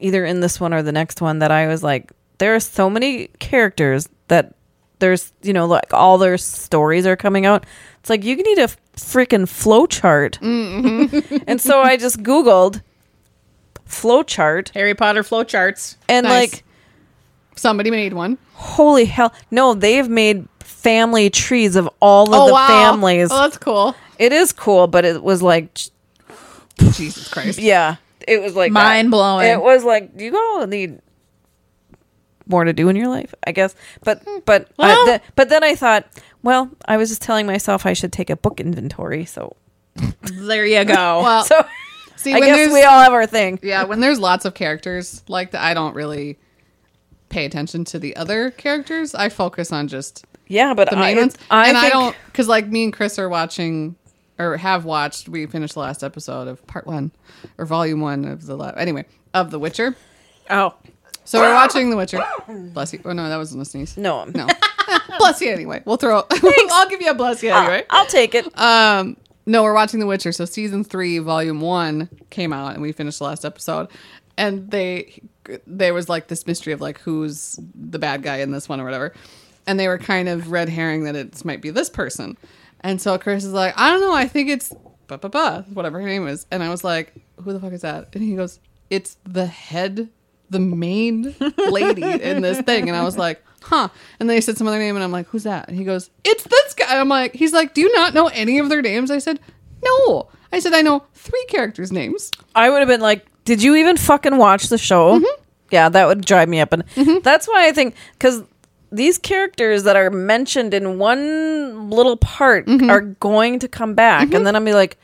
S1: either in this one or the next one that I was like, there are so many characters that there's you know like all their stories are coming out. It's like you need a freaking flowchart. and so I just Googled flowchart
S2: Harry Potter flowcharts.
S1: and
S3: Nice.
S1: like
S3: Somebody made one.
S1: holy hell no they've made family trees of all of Oh, the families
S3: Oh, that's cool.
S1: It is cool, but it was like, j-
S3: Jesus Christ.
S1: yeah, it was like that.
S2: Mind-blowing.
S1: It was like, do you all need more to do in your life? I guess, but but
S2: Well-
S1: I, th- but then I thought, well, I was just telling myself I should take a book inventory. So oh.
S2: There you go.
S3: Well,
S1: so
S3: see,
S1: I
S3: when
S1: guess
S3: there's
S1: we all have our thing.
S3: yeah, when there's lots of characters like that, I don't really pay attention to the other characters. I focus on just
S1: Yeah, but
S3: the
S1: I,
S3: main ones.
S1: I
S3: and I
S1: think-
S3: don't because like me and Chris are watching or have watched. We finished the last episode of part one or volume one of the la- anyway of The Witcher.
S2: oh,
S3: So we're watching The Witcher. Bless you. Oh no, that wasn't a sneeze.
S1: No,
S3: no. bless you anyway. We'll throw. I'll give you a bless you anyway.
S1: I'll take it.
S3: Um, no, we're watching The Witcher. So season three, volume one came out, and we finished the last episode. And they, there was like this mystery of like who's the bad guy in this one or whatever. And they were kind of red herring that it might be this person. And so Chris is like, I don't know. I think it's ba ba ba, whatever her name is. And I was like, who the fuck is that? And he goes, it's the head, the main lady in this thing. And I was like, huh. And then he said some other name, and I'm like, who's that? And he goes, it's this guy. I'm like, he's like, do you not know any of their names? I said, no. I said, I know three characters' names.
S1: I would have been like, "Did you even fucking watch the show?"
S3: Mm-hmm.
S1: Yeah, that would drive me up, and that's why I think because these characters that are mentioned in one little part
S3: Mm-hmm.
S1: are going to come back, and then I'll be like,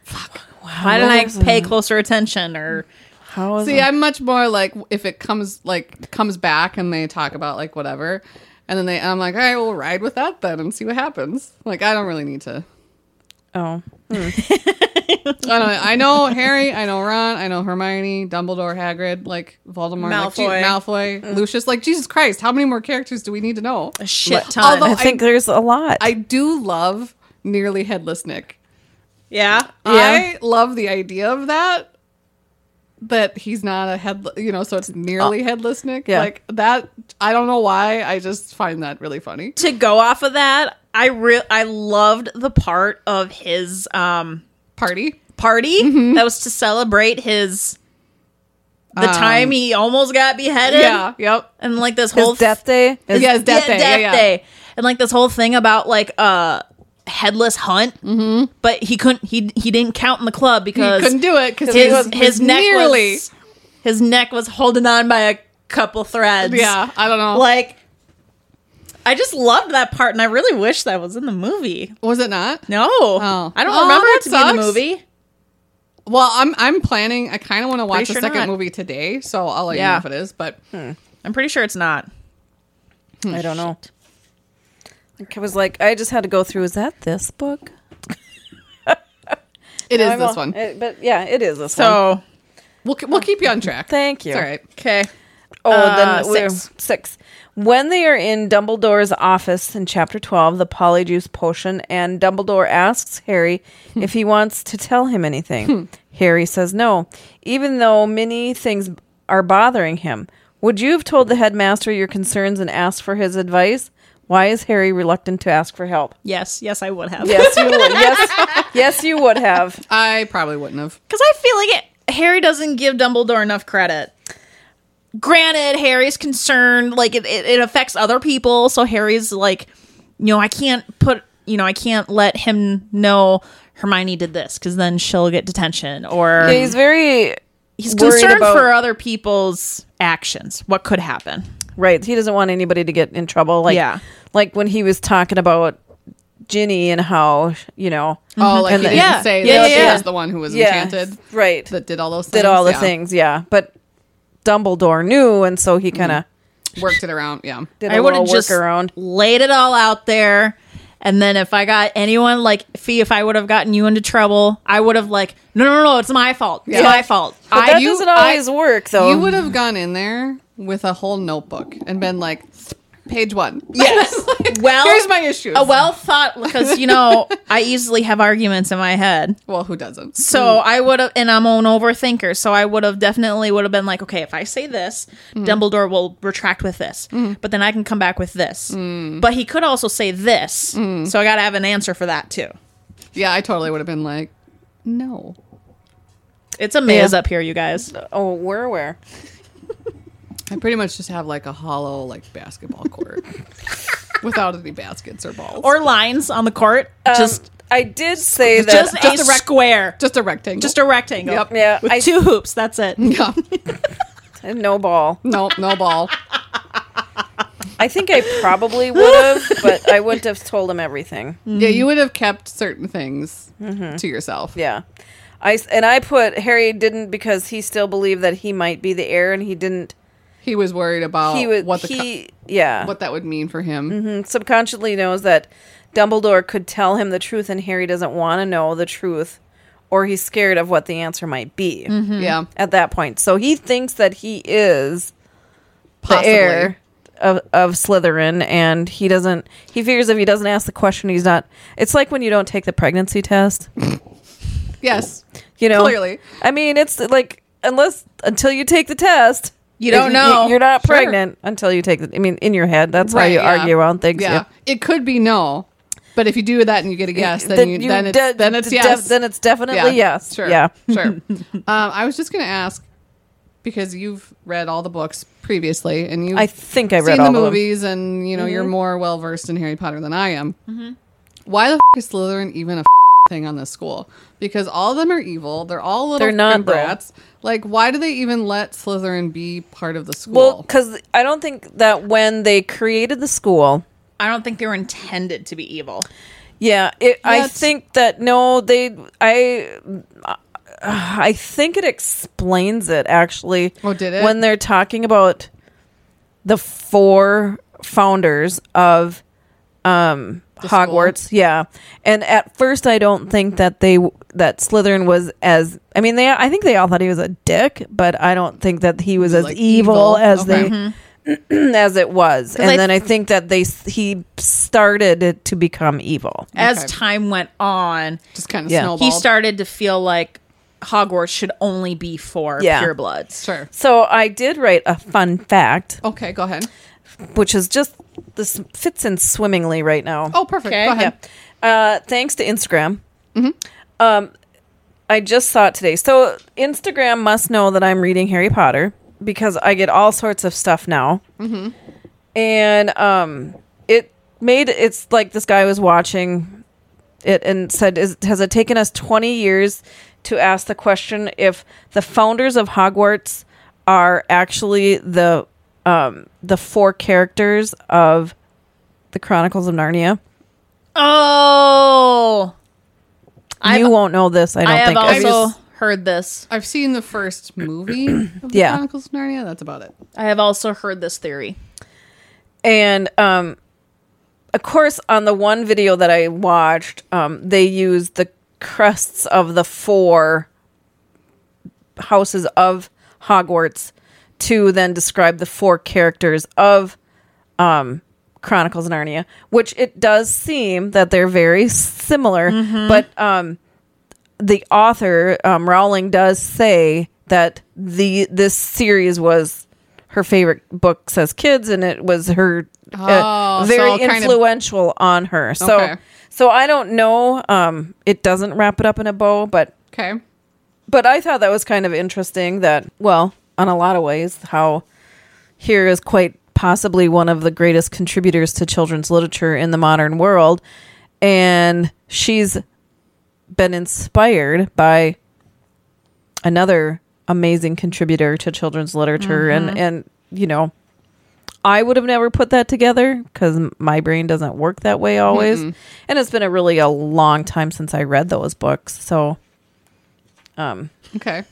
S2: why didn't I pay closer attention? Or
S1: "How is
S3: See,
S1: it?"
S3: I'm much more like if it comes like comes back and they talk about like whatever, and then they, I'm like, all right, we'll ride with that then and see what happens. Like, I don't really need to.
S1: oh,
S3: I, don't, I know Harry, I know Ron, I know Hermione, Dumbledore, Hagrid, like Voldemort, like, gee-
S2: Malfoy.
S3: Malfoy, Lucius. Like Jesus Christ, how many more characters do we need to know?
S2: a shit
S3: But-
S2: ton.
S1: I
S3: although-
S1: think there's a lot."
S3: I do love nearly headless Nick.
S2: yeah.
S3: I love the idea of that. That he's not a head, you know, so it's nearly headless Nick.
S1: Yeah.
S3: Like that, I don't know why. I just find that really funny.
S2: to go off of that, I re- I loved the part of his um
S3: Party.
S2: party that was to celebrate his the
S3: Mm-hmm. Um,
S2: time he almost got beheaded.
S3: Yeah. Yep.
S2: And like this whole
S1: his death day. Is,
S3: Yeah, his death day.
S2: death
S3: yeah, yeah.
S2: day. And like this whole thing about like uh headless hunt, mm-hmm. but he couldn't. He he didn't count in the club because
S3: he couldn't do it because
S2: his his neck was his neck was holding on by a couple threads.
S3: Yeah, I don't know.
S2: like I just loved that part, and I really wish that was in the movie.
S3: was it not?
S2: No,
S3: Oh.
S2: I don't
S3: Oh,
S2: remember
S3: that
S2: it to be in the
S3: sucks.
S2: movie.
S3: Well, I'm I'm planning. I kind of want to watch
S2: Pretty
S3: the
S2: sure
S3: second
S2: not.
S3: movie today, so I'll let
S2: Yeah.
S3: you know if it is. But
S2: I'm pretty sure it's not.
S1: I don't know. Like, I was like, I just had to go through. Is that this book?
S3: it is
S1: I'm
S3: this
S1: all-
S3: one.
S1: it- but yeah, it is this one.
S2: So
S3: We'll
S2: uh,
S3: we'll keep you on track.
S1: Thank you.
S3: It's all right.
S2: okay,
S1: Oh,
S2: Uh,
S1: then we're-
S2: six.
S1: six. When they are in Dumbledore's office in chapter 12, the polyjuice potion, and Dumbledore asks Harry if he wants to tell him anything. Harry says no, even though many things are bothering him. Would you have told the headmaster your concerns and asked for his advice? Why is Harry reluctant to ask for help?
S2: yes, yes, I would have.
S1: Yes, you would. yes, yes, you would have.
S3: I probably wouldn't have.
S2: Because I feel like it, Harry doesn't give Dumbledore enough credit. Granted, Harry's concerned, like it, it, it affects other people. So Harry's like, you know, I can't put, you know, I can't let him know Hermione did this because then she'll get detention. Or
S1: He's very
S2: he's
S1: worried
S2: concerned
S1: about-
S2: for other people's actions, what could happen.
S1: Right. He doesn't want anybody to get in trouble. Like,
S2: Yeah.
S1: like when he was talking about Ginny and how, you know,
S3: Oh, like
S1: And
S3: he
S1: the-
S3: didn't
S2: Yeah.
S3: say
S2: Yeah,
S3: that
S2: yeah,
S3: she
S2: yeah.
S3: was the one who was
S1: yeah,
S3: enchanted
S1: right.
S3: that did all those things.
S1: did all the
S3: Yeah.
S1: things. Yeah. But Dumbledore knew. And so he kind of
S3: worked it around. Yeah,
S1: did
S2: I
S1: a
S2: would
S1: little
S2: have just
S1: workaround.
S2: laid it all out there. And then if I got anyone like Fee, if I would have gotten you into trouble, I would have like, no, no, no, it's my fault. It's
S3: Yeah.
S2: my fault.
S1: But
S2: I
S1: that
S3: you-
S1: doesn't always
S3: I-
S1: work, though.
S3: you would have gone in there with a whole notebook and been like, page one.
S2: Yes. well,
S3: Here's my issues.
S2: a well thought because you know I easily have arguments in my head.
S3: well, who doesn't?
S2: So I would have, and I'm an overthinker. So I would have definitely would have been like, okay, if I say this, Dumbledore will retract with this, but then I can come back with this. But he could also say this, so I got to have an answer for that too.
S3: Yeah, I totally would have been like, no.
S2: It's a maze
S1: Yeah.
S2: up here, you guys.
S1: oh, we're aware.
S3: I pretty much just have like a hollow like basketball court without any baskets or balls
S2: Or lines on the court, just
S1: Just. Um, I did say that.
S2: just, a
S3: just a rec-
S2: square,
S3: just a rectangle.
S2: just a rectangle.
S3: Yep.
S1: yeah.
S2: With
S1: I,
S2: two hoops, that's it.
S3: yeah.
S1: and no ball.
S3: no, no ball.
S1: I think I probably would have, but I wouldn't have told him everything.
S3: Yeah, you would have kept certain things to yourself.
S1: Mm-hmm. Yeah. I, s- and I put Harry didn't because he still believed that he might be the heir and he didn't
S3: He was worried about
S1: he would
S3: Oh, what the co-
S1: he Mm-hmm. yeah
S3: what that would mean for him.
S1: and subconsciously knows that Dumbledore could tell him the truth and Harry doesn't want to know the truth or he's scared of what the answer might be
S3: Mm-hmm. Yeah,
S1: at that point so he thinks that he is
S3: possibly.
S1: the heir of, of Slytherin and he doesn't he figures if he doesn't ask the question he's not it's like when you don't take the pregnancy test
S3: Yes,
S1: you know
S3: Clearly.
S1: I mean it's like unless until you take the test
S2: You
S1: y-
S2: don't know.
S1: you're not
S3: Sure.
S1: pregnant until you take the I mean in your head that's how
S3: Right,
S1: you
S3: yeah.
S1: argue around things
S3: Yeah. it could be no, but if you do that and you get a yes, then, you, then it's
S1: de-
S3: then it's
S1: de-
S3: yes.
S1: then it's definitely yes.
S3: Sure.
S1: Yeah.
S3: Sure. um, I was just gonna ask because you've read all the books previously, and you
S1: I think I read
S3: seen
S1: all
S3: the
S1: of them.
S3: movies, and you know you're more well versed in Harry Potter than I am. Why the f- is Slytherin even a f- thing on this school? Because all of them are evil. They're all little
S1: They're not,
S3: frickin'
S1: though.
S3: brats. Like, why do they even let Slytherin be part of the
S1: Well,
S3: school?
S1: because I don't think that when they created the school,
S2: I don't think they were intended to be evil.
S1: yeah, it, I
S3: Yes.
S1: think that no, they, I, uh, I think it explains it actually.
S3: Oh, did it?
S1: When they're talking about the four founders of um
S3: school?
S1: Hogwarts, yeah. And at first, I don't think that they that Slytherin was as. I mean, they. I think they all thought he was a dick, but I don't think that he was as
S3: Like, evil.
S1: evil, as
S3: Okay.
S1: they as it was. And
S2: I
S1: then I think that they s- he started it to become evil.
S2: As
S3: Okay.
S2: time went on,
S3: just kind of
S1: Yeah.
S3: snowballed.
S2: he started to feel like Hogwarts should only be for
S1: Yeah.
S2: purebloods.
S3: Sure.
S1: So I did write a fun fact,
S3: Okay, go ahead.
S1: which is just this fits in swimmingly right now.
S3: Oh, perfect.
S2: Okay,
S3: Go ahead.
S1: Uh, thanks to Instagram. Um, I just saw it today. So Instagram must know that I'm reading Harry Potter because I get all sorts of stuff now. And um, it made it's like this guy was watching it and said, Is, Has it taken us 20 years to ask the question if the founders of Hogwarts are actually the, um, the four characters of the Chronicles of Narnia?
S2: Oh, I've-
S1: you won't know this, I don't
S2: I have
S1: think.
S2: also
S3: just-
S2: heard this.
S3: I've seen the first movie of the
S1: Yeah.
S3: Chronicles of Narnia. That's about it.
S2: I have also heard this theory.
S1: and um of course on the one video that i watched um they used the crests of the four houses of hogwarts to then describe the four characters of um chronicles of narnia which it does seem that they're very similar
S3: Mm-hmm.
S1: but um the author um, Rowling does say that the this series was her favorite books as kids, and it was her uh,
S3: Oh,
S1: very
S3: so kind of-
S1: influential on her. So,
S3: Okay.
S1: so I don't know. Um, it doesn't wrap it up in a bow, but
S3: Okay.
S1: but I thought that was kind of interesting. That well, on a lot of ways, how here is quite possibly one of the greatest contributors to children's literature in the modern world, and she's been inspired by another amazing contributor to children's literature and and you know I would have never put that together cuz my brain doesn't work that way always and it's been a really a long time since I read those books so um
S3: Okay.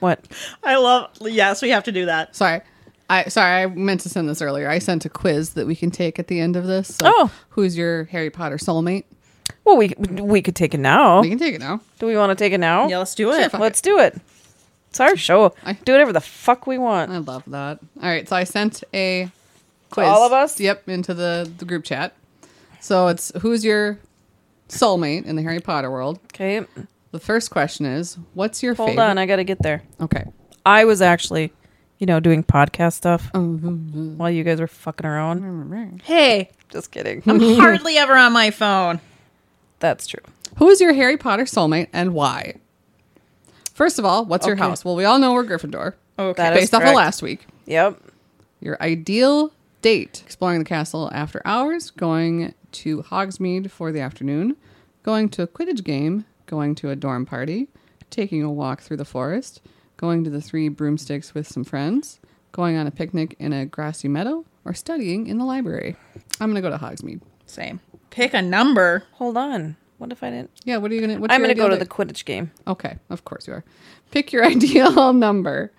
S1: what
S2: I love. Yes, we have to do that.
S3: Sorry. I sorry, I meant to send this earlier. I sent a quiz that we can take at the end of this. So
S1: Oh.
S3: who's your Harry Potter soulmate?
S1: well we we could take it now
S3: We can take it now.
S1: do we want to take it now
S2: Yeah, let's do it.
S3: fuck
S1: let's do it it's our show
S3: I- Uh,
S1: do whatever the fuck we want
S3: I love that. All right, so I sent a quiz.
S1: all of us?
S3: Yep, into the, the group chat. So it's who's your soulmate in the Harry Potter world?
S1: okay
S3: The first question is, what's your
S1: hold
S3: favorite?
S1: on I got to get there
S3: Okay.
S1: I was actually you know doing podcast stuff
S3: Oh, hmm,
S1: while you guys were fucking around
S2: Hey,
S1: Just kidding.
S3: Hmm.
S2: I'm hardly ever on my phone.
S1: That's true.
S3: Who is your Harry Potter soulmate and why? First of all, what's your
S1: Okay.
S3: house? Well, we all know we're Gryffindor.
S2: Okay.
S1: That is
S3: Based off of
S1: correct.
S3: last week.
S1: Yep.
S3: Your ideal date exploring the castle after hours, going to Hogsmeade for the afternoon, going to a Quidditch game, going to a dorm party, taking a walk through the forest, going to the Three Broomsticks with some friends, going on a picnic in a grassy meadow, or studying in the library. I'm going to go to Hogsmeade.
S2: Same. Pick a number.
S1: Hold on. What if I didn't?
S3: Yeah, what are you going to
S1: I'm going to go to the Quidditch game.
S3: Okay, of course you are. Pick your ideal number.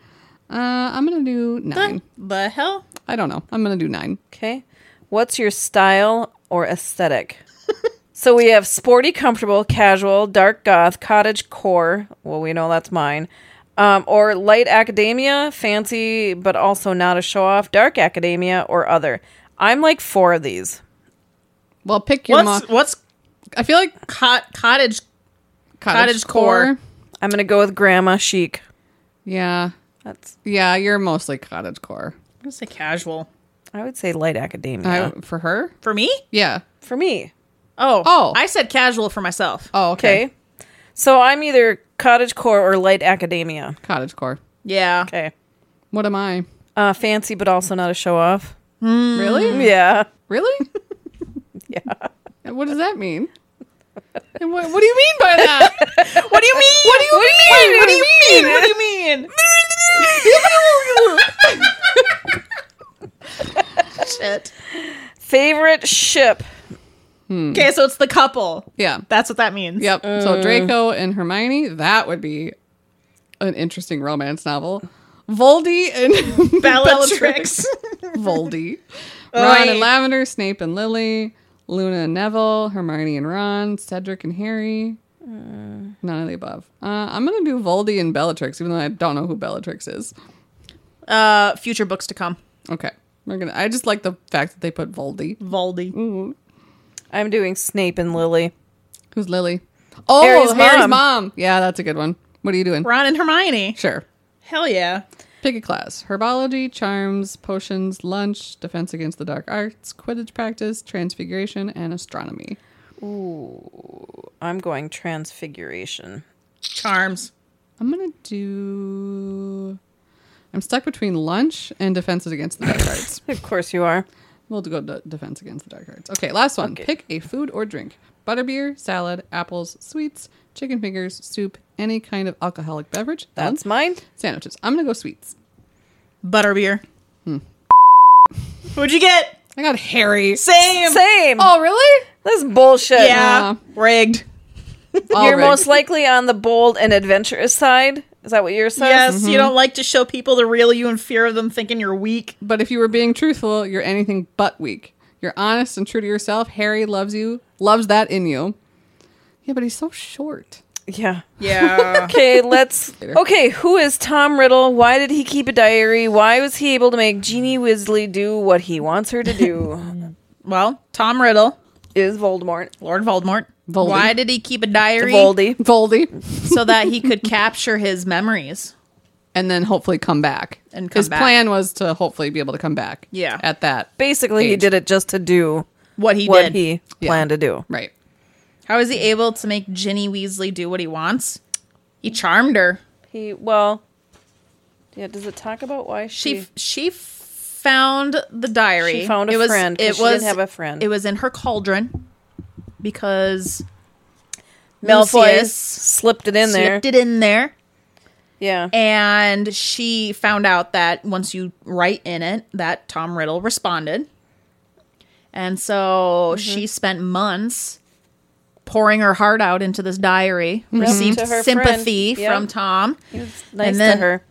S3: Uh, I'm going to do nine.
S2: The hell?
S3: I don't know. I'm going to do nine.
S1: Okay. What's your style or aesthetic? so we have sporty, comfortable, casual, dark goth, cottage core. Well, we know that's mine. Um, or light academia, fancy, but also not a show off, dark academia, or other. I'm like four of these.
S3: Well, pick your.
S2: What's
S3: mo-
S2: what's
S3: I feel like
S2: cot, cottage?
S3: cottage,
S2: Cottage
S3: core.
S2: core.
S1: I'm going to go with grandma chic.
S3: Yeah,
S1: That's,
S3: yeah. You're mostly cottage core.
S2: I'm gonna say casual.
S1: I would say light academia.
S3: I, for her,
S2: For me?
S3: yeah.
S1: For me,
S2: Oh,
S3: Oh.
S2: I said casual for myself.
S3: Oh, okay.
S1: Okay. So I'm either cottage core or light academia.
S3: Cottage core.
S2: Yeah.
S1: Okay.
S3: What am I?
S1: Uh, fancy, but also not a show off.
S3: Really?
S1: Yeah.
S3: Really?
S1: Mm. Yeah.
S3: And what does that mean? And what, what do you mean by that?
S2: What do you mean? What do you mean? What do you mean? What do you mean? Shit.
S1: Favorite ship.
S2: Okay, so it's the couple.
S3: yeah.
S2: That's what that means.
S3: Yep.
S1: Uh.
S3: So Draco and Hermione. That would be an interesting romance novel. Voldy and
S2: Bellatrix.
S3: Voldy. Ron
S2: Oi.
S3: and Lavender, Snape and Lily, Luna and Neville, Hermione and Ron, Cedric and Harry. Uh. None of the above. Uh, I'm gonna do Voldy and Bellatrix, even though I don't know who Bellatrix is.
S2: uh, future books to come.
S3: Okay, we're gonna. I just like the fact that they put Voldy.
S2: Voldy.
S1: I'm doing Snape and Lily.
S3: Who's Lily? Oh,
S1: Harry's
S3: Harry's,
S1: mom.
S3: mom. Yeah, that's a good one. What are you doing?
S2: Ron and Hermione.
S3: Sure.
S2: Hell yeah.
S3: Pick a class: herbology, charms, potions, lunch, defense against the dark arts, Quidditch practice, transfiguration, and astronomy.
S1: I'm going Transfiguration.
S2: Charms.
S3: I'm gonna do. I'm stuck between lunch and defenses against the dark arts.
S1: Of course you are.
S3: We'll go to defense against the dark arts. Okay, last one. Pick a food or drink: butterbeer, salad, apples, sweets, chicken fingers, soup, any kind of alcoholic beverage.
S1: That's
S3: Done.
S1: mine.
S3: sandwiches. I'm gonna go sweets.
S2: Butterbeer. Hmm. What'd you get?
S3: I got Harry.
S2: Same.
S1: Same.
S3: Oh, really?
S1: This is bullshit.
S2: Yeah.
S3: Yeah.
S2: rigged.
S3: All
S1: You're
S3: rigged.
S1: most likely on the bold and adventurous side. Is that what you're saying?
S2: Yes, you don't like to show people the real you in fear of them thinking you're weak.
S3: But if you were being truthful, you're anything but weak. You're honest and true to yourself. Harry loves you, loves that in you. Yeah, but he's so short.
S1: Yeah.
S2: Yeah.
S1: Okay, let's. Okay, who is Tom Riddle? Why did he keep a diary? Why was he able to make Jeannie Weasley do what he wants her to do?
S2: well, Tom Riddle,
S1: is Voldemort.
S2: Lord Voldemort.
S3: Voldy.
S2: Why did he keep a diary
S1: Voldy.
S3: Voldy.
S2: so that he could capture his memories?
S3: And then hopefully come back.
S2: And come
S3: his
S2: back.
S3: plan was to hopefully be able to come back.
S2: Yeah.
S3: At that.
S1: Basically, he
S3: Age.
S1: did it just to do
S2: What he
S1: what
S2: did.
S1: he
S3: Yeah.
S1: planned to do.
S3: Right.
S2: How is he able to make Ginny Weasley do what he wants? He charmed her.
S1: He, well. Yeah, does it talk about why
S2: She
S1: she.
S2: f- she f- found the diary.
S1: She found a
S2: it was,
S1: friend, 'cause
S2: It
S1: she
S2: was
S1: didn't have a friend.
S2: It was in her cauldron because
S1: Malfoy
S2: Lucius
S1: slipped it in there.
S2: slipped it in there,
S1: Yeah.
S2: and she found out that once you write in it, that Tom Riddle responded, and
S1: Mm-hmm.
S2: so she spent months pouring her heart out into this diary, received
S1: To her friend.
S2: sympathy
S1: Yep.
S2: from Tom.
S1: He was nice
S2: then-
S1: to her.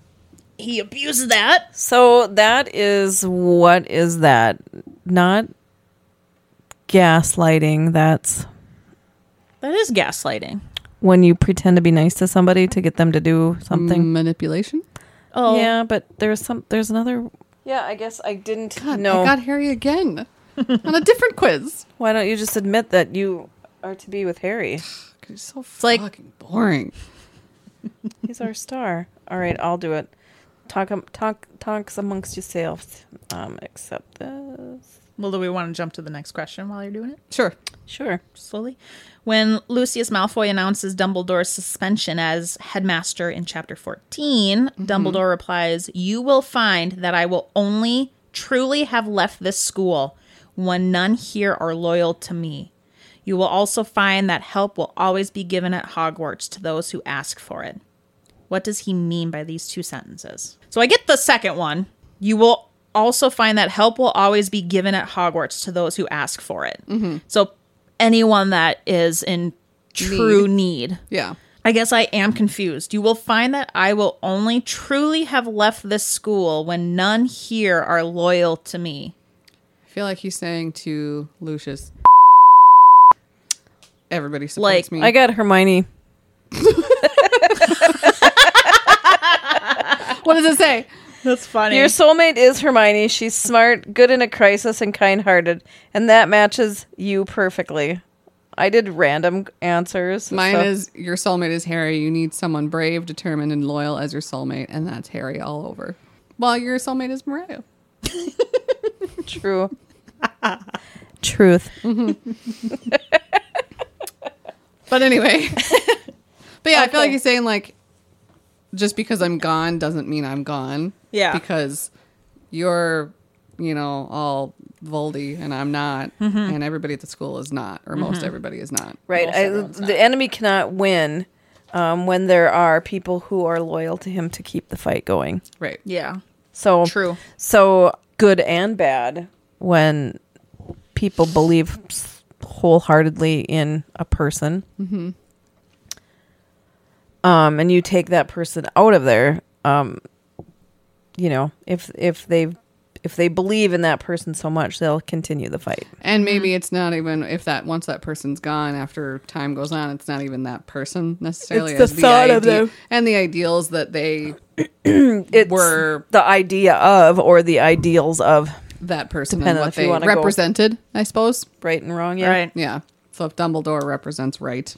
S2: He abused that.
S1: So that is what is that? Not gaslighting. That's
S2: That is gaslighting.
S1: when you pretend to be nice to somebody to get them to do something.
S3: Manipulation.
S2: Oh,
S1: Yeah, but there's some. There's another. Yeah, I guess I didn't
S3: God,
S1: know.
S3: I got Harry again on a different quiz.
S1: Why don't you just admit that you are to be with Harry?
S3: 'Cause He's so
S2: like-
S3: fucking boring.
S1: He's our star. All right, I'll do it. Talk, am- talk, talks amongst yourselves. Um, except this.
S2: Well, do we want to jump to the next question while you're doing it?
S3: Sure.
S1: Sure.
S2: Slowly. When Lucius Malfoy announces Dumbledore's suspension as headmaster in chapter 14, Dumbledore replies, You will find that I will only truly have left this school when none here are loyal to me. You will also find that help will always be given at Hogwarts to those who ask for it. What does he mean by these two sentences? So I get the second one. You will also find that help will always be given at Hogwarts to those who ask for it. So anyone that is in true need.
S3: Yeah.
S2: I guess I am confused. You will find that I will only truly have left this school when none here are loyal to me.
S3: I feel like he's saying to Lucius, everybody
S2: Like,
S3: supports me.
S1: I got Hermione.
S3: what does it say?
S2: That's funny.
S1: Your soulmate is Hermione. She's smart, good in a crisis, and kind-hearted, and that matches you perfectly. I did random answers.
S3: Mine
S1: so-
S3: is your soulmate is Harry. You need someone brave, determined, and loyal as your soulmate, and that's Harry all over. Well, your soulmate is Mariah.
S1: true. Truth.
S3: But anyway, but yeah, I feel like
S1: Okay.
S3: he's saying like, just because I'm gone doesn't mean I'm gone.
S2: Yeah.
S3: because you're, you know, all Voldy, and I'm not, and everybody at the school is not, or most everybody is not.
S1: Mm-hmm. Right.
S2: Most
S1: I,
S2: everyone's not.
S1: the enemy cannot win um, when there are people who are loyal to him to keep the fight going.
S3: Right.
S2: yeah.
S1: So
S2: True.
S1: So good and bad when people believe s- wholeheartedly in a person, um, and you take that person out of there. Um, you know, if if they if they believe in that person so much, they'll continue the fight.
S3: And
S1: Mm-hmm.
S3: maybe it's not even if that once that person's gone after time goes on, it's not even that person necessarily.
S1: It's the thought of
S3: ide-
S1: them.
S3: and the ideals that they
S1: It's
S3: Were-
S1: the idea of or the ideals of
S3: that person
S1: Depending on
S3: and
S1: if
S3: what
S1: you
S3: they
S1: wanna go-
S3: represented, I suppose.
S1: right and wrong. Yeah,
S2: Right.
S3: Yeah. So if Dumbledore represents right,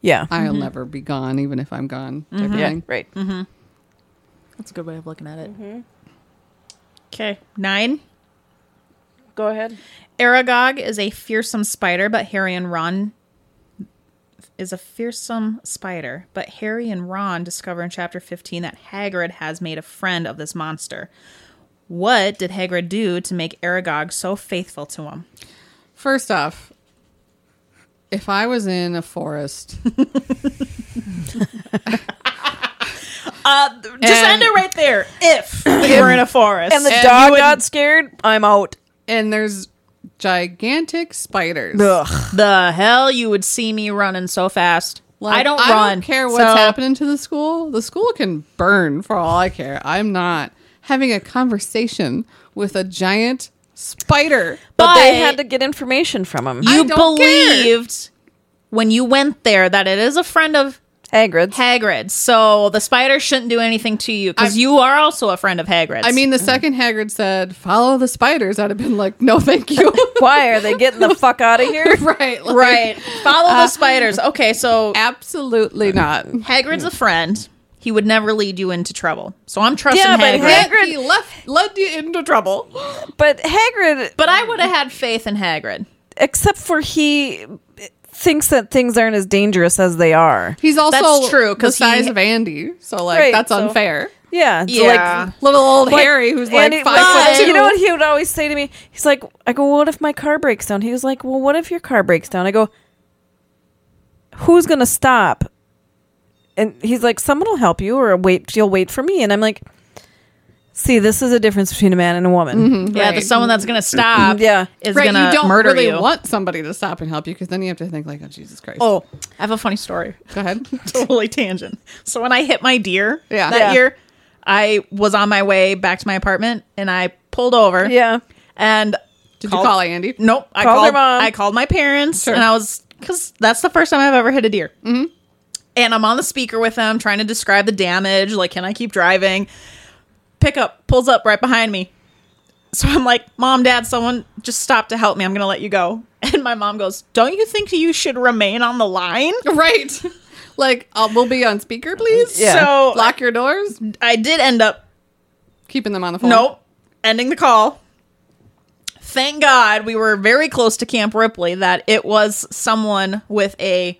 S1: yeah,
S3: I'll
S2: Mm-hmm.
S3: never be gone, even if I'm gone. type of
S1: yeah,
S3: thing.
S1: right.
S2: That's a good way of looking at it. Okay. Nine.
S1: Go ahead.
S2: Aragog is a fearsome spider, but Harry and Ron is a fearsome spider, but Harry and Ron discover in chapter 15 that Hagrid has made a friend of this monster. What did Hagrid do to make Aragog so faithful to him?
S3: First off, if I was in a forest,
S2: Uh, just end it right there. If we were in a forest
S1: And the
S3: And
S1: dog
S3: you wouldn't-
S1: got scared. I'm out.
S3: and there's gigantic spiders,
S1: Ugh.
S2: the hell you would see me running so fast.
S3: Like,
S2: I don't run.
S3: care what's
S2: So,
S3: happening to the school. The school can burn for all I care. I'm not having a conversation with a giant spider.
S1: But, they
S2: But-
S1: had to get information from him.
S2: You
S3: I don't care.
S2: believed when you went there that it is a friend of
S1: Hagrid's.
S2: Hagrid, so the spider shouldn't do anything to you because you are also a friend of Hagrid's.
S3: I mean, the second Hagrid said, "Follow the spiders," I'd have been like, "No, thank you."
S1: Why are they getting the fuck out of here?
S3: right, like,
S2: right? Follow
S3: Uh,
S2: the spiders. Okay, so
S3: Absolutely not.
S2: Hagrid's a friend. He would never lead you into trouble. So I'm trusting
S1: Yeah, but
S2: Hagrid.
S1: Hag-
S3: Hagrid he left led you into trouble.
S1: But Hagrid,
S2: but I would have had faith in Hagrid.
S1: except for he thinks that things aren't as dangerous as they are.
S3: He's also
S2: That's true,
S3: the
S2: 'cause he-
S3: size of Andy, so like
S1: Right,
S3: that's
S1: so-
S3: unfair.
S1: Yeah. it's
S2: Yeah.
S3: Little old
S1: like-
S3: Harry, who's
S1: and
S3: like
S1: it-
S3: five
S1: but
S3: foot two.
S1: You know what he would always say to me? He's like, I go, what if my car breaks down? He was like, well, what if your car breaks down? I go, who's gonna stop? And he's like, someone will help you, or wait, you'll wait for me. And I'm like, see, this is a difference between a man and a woman.
S2: Yeah,
S3: Right.
S2: the someone that's gonna stop.
S1: Yeah.
S2: is
S3: right,
S2: gonna
S3: you don't
S2: murder
S3: really
S2: you.
S3: want somebody to stop and help you because then you have to think like, oh Jesus Christ.
S2: Oh, I have a funny story.
S3: go ahead.
S2: totally tangent. So when I hit my deer
S3: Yeah.
S2: that
S1: Yeah.
S2: year, I was on my way back to my apartment and I pulled over.
S1: Yeah.
S2: And
S3: Did you call Andy?
S2: Nope. I
S1: Called
S2: called,
S1: your mom.
S2: I called my parents
S3: Sure.
S2: and I was because that's the first time I've ever hit a deer. Mm-hmm. And I'm on the speaker with them trying to describe the damage. Like, can I keep driving? Pickup pulls up right behind me. So I'm like, Mom, Dad, someone just stop to help me. I'm going to let you go. And my mom goes, Don't you think you should remain on the line?
S3: Right. Like uh, we'll be on speaker, please.
S1: Yeah.
S2: So
S3: Lock your doors.
S2: I did end up
S3: Keeping them on the phone.
S2: Nope. Ending the call. Thank God we were very close to Camp Ripley that it was someone with a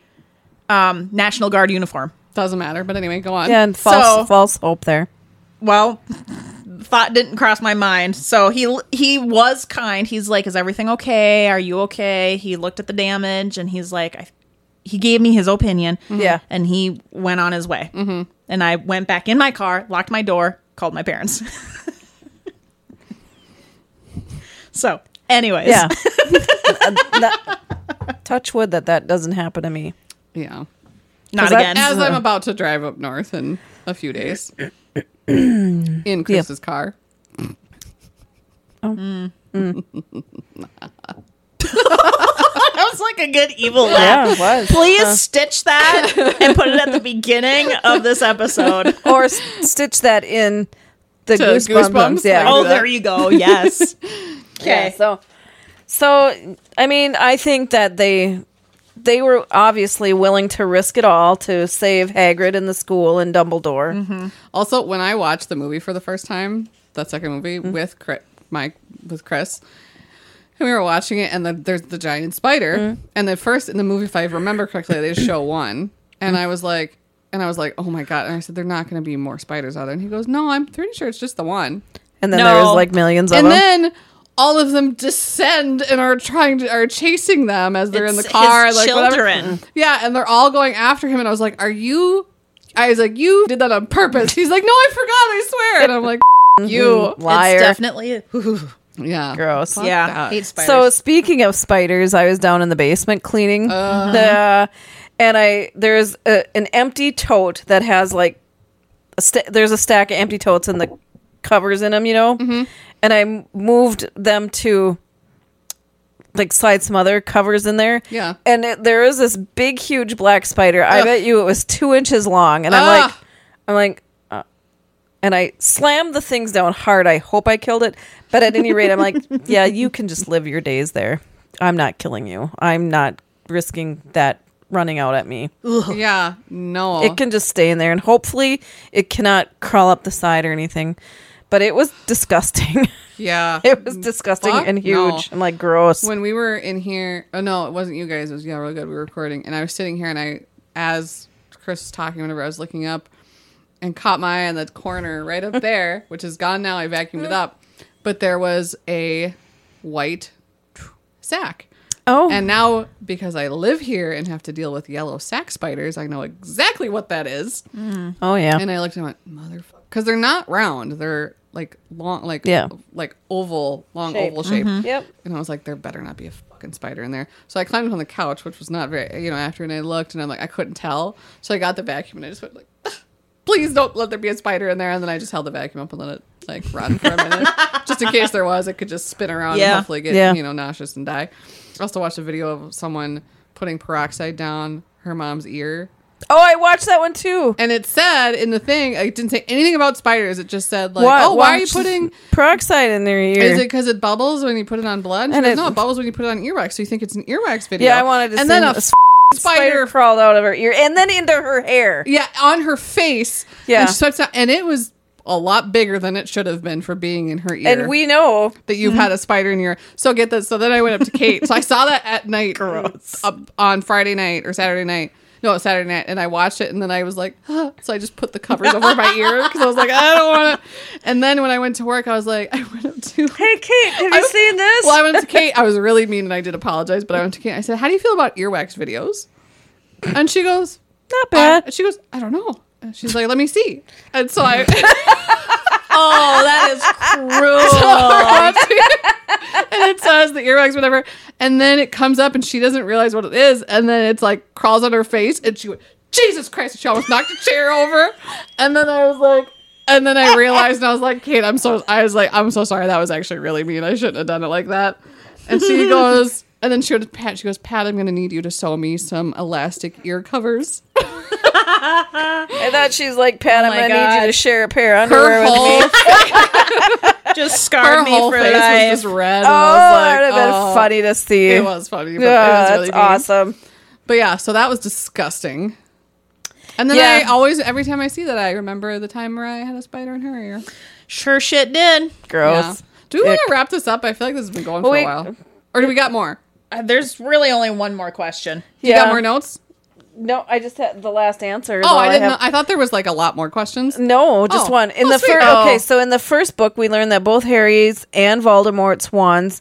S2: um, National Guard uniform.
S3: doesn't matter. But anyway, go on.
S1: Yeah, and false
S2: So-
S1: false hope there.
S2: Well, thought didn't cross my mind. So he he was kind. He's like, "Is everything okay? Are you okay?" He looked at the damage and he's like, I, "He gave me his opinion."
S1: Yeah.
S2: and he went on his way. Mm-hmm. And I went back in my car, locked my door, called my parents. so, anyways,
S1: Yeah. Uh, that- touch wood that that doesn't happen to me.
S3: Yeah.
S2: not
S1: Is that-
S2: again.
S3: As I'm about to drive up north in a few days. in Chris's car.
S2: that was like a good evil laugh.
S1: Yeah, it was.
S2: Please stitch that and put it at the beginning of this episode.
S1: Or s- stitch that in the
S3: To
S1: goosebumps.
S3: Goosebumps,
S1: Yeah.
S3: like-
S2: Oh,
S3: that.
S2: there you go. Yes.
S1: Yeah,
S2: Okay.
S1: so so I mean, I think that they they were obviously willing to risk it all to save Hagrid and the school and Dumbledore.
S3: Also, when I watched the movie for the first time, that second movie with Chris, my with Chris, and we were watching it, and the, there's the giant spider, and the first in the movie, if I remember correctly, they show one, and I was like, and I was like, oh my god, and I said, they're not going to be more spiders out there, and he goes, no, I'm pretty sure it's just the one,
S1: And then there was
S2: No.
S1: like millions of
S3: and
S1: them.
S3: then. All of them descend and are trying to are chasing them as they're in
S2: It's
S3: the car,
S2: his
S3: like whatever.
S2: children.
S3: Yeah, and they're all going after him, and I was like, "Are you?" I was like, "You did that on purpose." He's like, "No, I forgot. I swear." And I'm like, "You,
S1: Liar.
S2: It's definitely
S3: yeah,
S1: Gross.
S3: Fuck
S2: yeah.
S3: that.
S2: Hate spiders.
S1: So speaking of spiders, I was down in the basement cleaning
S3: Uh-huh.
S1: the, and I there's a, an empty tote that has like a st- there's a stack of empty totes and the covers in them, you know,
S3: Mm-hmm.
S1: and I m- moved them to like slide some other covers in there.
S3: Yeah.
S1: and it, there is this big, huge black spider. I
S3: Ugh.
S1: bet you it was two inches long, and I'm
S3: Ugh.
S1: like, I'm like. uh, And I slammed the things down hard. I hope I killed it. But at any rate, I'm like, yeah, you can just live your days there. I'm not killing you. I'm not risking that running out at me.
S3: yeah, no,
S1: It can just stay in there and hopefully it cannot crawl up the side or anything. But it was disgusting.
S3: yeah."
S1: it was disgusting
S3: Fuck
S1: and huge.
S3: no.
S1: I'm like, gross.
S3: when we were in here, oh no, it wasn't you guys. It was yeah, really good. We were recording, and I was sitting here, and I, as Chris was talking, whenever I was looking up, and caught my eye on the corner right up there, which is gone now. I vacuumed it up, but there was a white sack.
S1: Oh,
S3: And now, because I live here and have to deal with yellow sack spiders, I know exactly what that is.
S1: oh yeah.
S3: And I looked and went, motherfucker. Because they're not round. They're like long, like,
S1: Yeah.
S3: like oval, long
S1: Shape. Mm-hmm.
S3: oval shape.
S1: Yep.
S3: And I was like, there better not be a fucking spider in there. So I climbed up on the couch, which was not very, you know, after, and I looked and I'm like, I couldn't tell. So I got the vacuum and I just went like, please don't let there be a spider in there. And then I just held the vacuum up and let it like run for a minute. just in case there was, it could just spin around and
S2: Yeah.
S3: hopefully get,
S1: Yeah.
S3: you know, nauseous and die. I also watched a video of someone putting peroxide down her mom's ear.
S1: Oh, I watched that one too.
S3: And it said in the thing, it didn't say anything about spiders. It just said like,
S1: Why-
S3: oh, why are you
S1: watch
S3: putting
S1: peroxide in their ear?
S3: is it because it bubbles when you put it on blood? And she
S1: And
S3: goes,
S1: it-
S3: no, it bubbles when you put it on earwax. So you think it's an earwax video.
S1: yeah, I wanted to.
S3: And
S1: see
S3: then a
S1: a
S3: f-
S1: s-
S3: spider,
S1: crawled out of her ear and then into her hair.
S3: yeah, on her face.
S1: Yeah.
S3: and, she swipes out, and it was a lot bigger than it should have been for being in her ear.
S1: And we Mm-hmm. know
S3: that you've had a spider in your so get this. So then I went up to Kate. so I saw that at night, up on Friday night or Saturday night. No, it was Saturday night, and I watched it, and then I was like, huh. so I just put the covers over my ear because I was like, I don't want to. And then when I went to work, I was like, I went up to
S1: Hey, Kate, have you
S3: I-
S1: seen this?
S3: Well, I went to Kate. I was really mean and I did apologize, but I went to Kate. I said, "How do you feel about earwax videos?" And she goes,
S1: Not
S3: I,
S1: bad.
S3: she goes, "I don't know." And she's like, "Let me see." And so I
S2: Oh, that is cruel.
S3: and it says the earwax whatever, and then it comes up and she doesn't realize what it is, and then it's like crawls on her face, and she went, "Jesus Christ!" She almost knocked a chair over, and then I was like. And then I realized, and I was like, "Kate, I'm so." I was like, "I'm so sorry. That was actually really mean. I shouldn't have done it like that." And she goes, and then she would Pat. She goes, "Pat, I'm going to need you to sew me some elastic ear covers."
S1: I thought she's like, Pat, I'm
S2: my
S1: going to need
S2: God.
S1: you to share a pair of underwear
S3: Oh Her
S1: with me.
S3: whole,
S2: Just
S3: her
S2: scarred me
S3: whole
S2: for
S3: face
S2: life.
S3: was just red. And
S1: Oh,
S3: I
S1: it would
S3: was like,
S1: have been
S3: "Oh."
S1: funny to see.
S3: It was funny. But
S1: Yeah,
S3: it was really
S1: that's
S3: mean.
S1: awesome.
S3: But yeah, so that was disgusting. And then
S1: Yeah.
S3: I always, every time I see that, I remember the time where I had a spider in her ear.
S2: Sure, shit did.
S3: Yeah.
S1: Gross.
S3: Do we want
S1: Ick.
S3: to wrap this up? I feel like this has been going for
S1: Wait.
S3: a while. Or do we got more?
S2: Uh, There's really only one more question.
S3: You got more notes?
S1: No, I just had the last answer. is
S3: Oh,
S1: all
S3: I didn't. know.
S1: have.
S3: I thought there was like a lot more questions.
S1: No, just
S3: Oh.
S1: one. In
S3: Oh,
S1: the
S3: sweet.
S1: first,
S3: Oh.
S1: okay, so in the first book, we learned that both Harry's and Voldemort's wands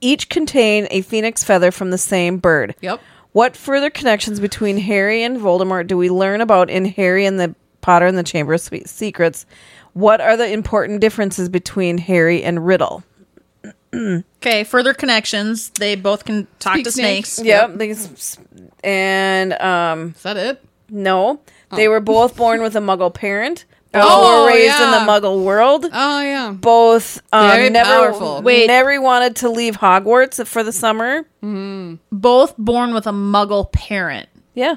S1: each contain a phoenix feather from the same bird.
S3: Yep.
S1: What further connections between Harry and Voldemort do we learn about in Harry and the Potter and the Chamber of Swe- Secrets? What are the important differences between Harry and Riddle?
S2: Okay, further connections. They both can talk
S3: Speak
S2: to
S3: snakes.
S2: snakes.
S1: Yep, these and um
S3: Is that it?
S1: no, they were both born with a Muggle parent. Both
S3: Oh,
S1: were raised in
S3: yeah.
S1: the Muggle world.
S3: Oh yeah.
S1: both um,
S3: Very
S1: never
S3: powerful.
S2: Wait.
S1: never wanted to leave Hogwarts for the summer.
S2: Both born with a muggle parent.
S1: Yeah,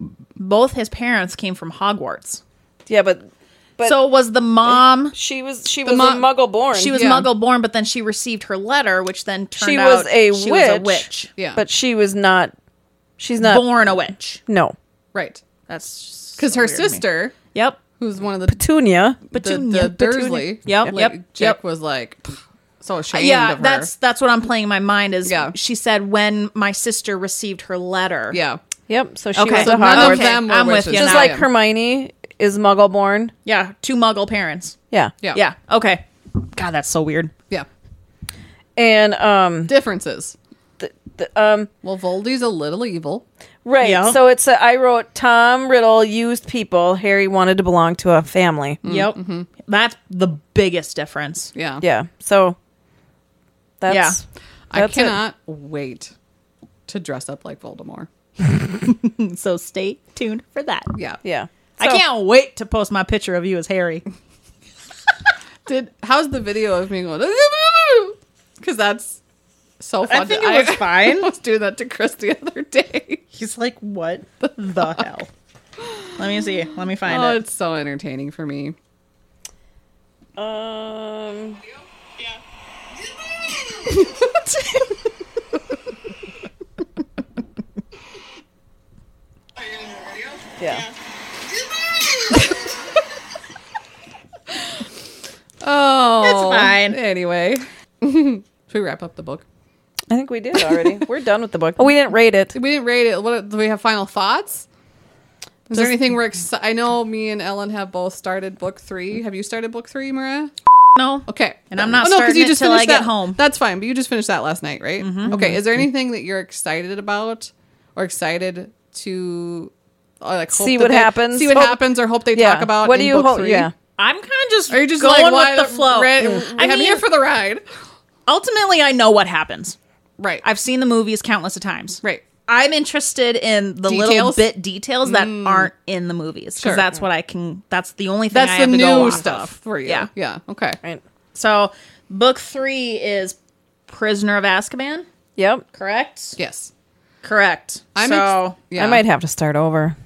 S2: Both his parents came from Hogwarts.
S1: yeah, but But-
S2: so was the mom.
S1: she was she was a
S3: mon-
S1: Muggle born.
S2: She was
S3: Yeah.
S2: muggle born, but then she received her letter, which then turned
S1: She
S2: out
S1: was a
S2: she was a
S1: witch.
S2: witch.
S3: Yeah.
S1: but she was not. She's not
S2: Born a witch.
S1: no
S3: right.
S2: That's just
S3: Because
S2: so
S3: her
S2: weird to me.
S3: sister,
S2: Yep.
S3: who's one of the
S1: Petunia.
S3: the,
S2: Petunia.
S3: the Dursley,
S2: Petunia. Yep,
S3: like,
S2: yep,
S3: Jack
S2: yep.
S3: was like pff, so ashamed.
S2: yeah,
S3: of her.
S2: that's that's what I'm playing in my mind is
S3: Yeah.
S2: she said when my sister received her letter.
S3: yeah.
S1: Yep. So she
S2: Okay.
S1: was a
S2: So
S3: None
S1: Hogwarts.
S3: of
S2: Okay,
S3: them were
S2: I'm with
S3: witches.
S2: you
S1: Just
S2: now I
S1: like Hermione is Muggle born.
S2: Yeah, two muggle parents.
S1: Yeah.
S3: Yeah.
S2: Yeah. Okay. God, that's so weird.
S3: Yeah.
S1: And um
S3: Differences.
S1: th- th- um
S3: Well, Voldy's a little evil.
S1: right.
S2: Yeah.
S1: So it's a, I wrote Tom Riddle used people. Harry wanted to belong to a family.
S2: Yep. That's the biggest difference.
S3: Yeah.
S1: Yeah. So that's
S3: I
S1: That's it.
S3: cannot wait to dress up like Voldemort.
S2: So stay tuned for that.
S3: Yeah.
S1: yeah.
S2: I
S1: So-
S2: can't wait to post my picture of you as Harry.
S3: Did how's the video of me going? Because that's so fun.
S2: think
S3: to-
S2: it was fine.
S3: I was doing that to Chris the other day.
S2: He's like, what the hell? Let me see. Let me find
S3: Oh,
S2: it.
S3: it's so entertaining for me.
S1: Um. Yeah.
S3: Oh,
S2: It's fine.
S3: Anyway, should we wrap up the book?
S1: I think we did already. We're done with the book. Oh, we didn't rate it.
S3: We didn't rate it. What do we have? Final thoughts? Is there anything we're excited? I know me and Ellen have both started book three. Have you started book three, Maria?
S2: No.
S3: Okay.
S2: And I'm not
S3: Oh, 'cause
S2: starting it till I
S3: finished
S2: get
S3: that.
S2: home. Mm-hmm.
S3: That's fine, but you just finished that last night, right? Okay. Is there anything that you're excited about or excited to or like hope
S1: See
S3: that
S1: what
S3: they-
S1: happens.
S3: See what
S1: Hope-
S3: happens or hope they
S1: yeah.
S3: talk about.
S1: What do
S3: in
S1: you
S3: book
S1: hope-
S3: Three?
S1: yeah.
S2: I'm kind of just,
S3: Are you just
S2: going
S3: like why,
S2: with the flow. Mm.
S3: Right,
S2: I
S3: I'm
S2: mean,
S3: here for the ride.
S2: ultimately, I know what happens.
S3: Right.
S2: I've seen the movies countless of times.
S3: right.
S2: I'm interested in the little
S3: Details? Mm.
S2: bit details that aren't in the movies because
S3: Sure.
S2: that's what I can. That's the only thing. I
S3: That's the
S2: have to go
S3: new
S2: off
S3: stuff
S2: of.
S3: for you.
S2: Yeah.
S3: Yeah. Okay.
S1: Right.
S2: So, book three is Prisoner of Azkaban.
S1: Yep.
S2: Correct.
S3: Yes.
S2: Correct.
S3: I'm
S2: so
S3: ex- yeah.
S1: I might have to start over.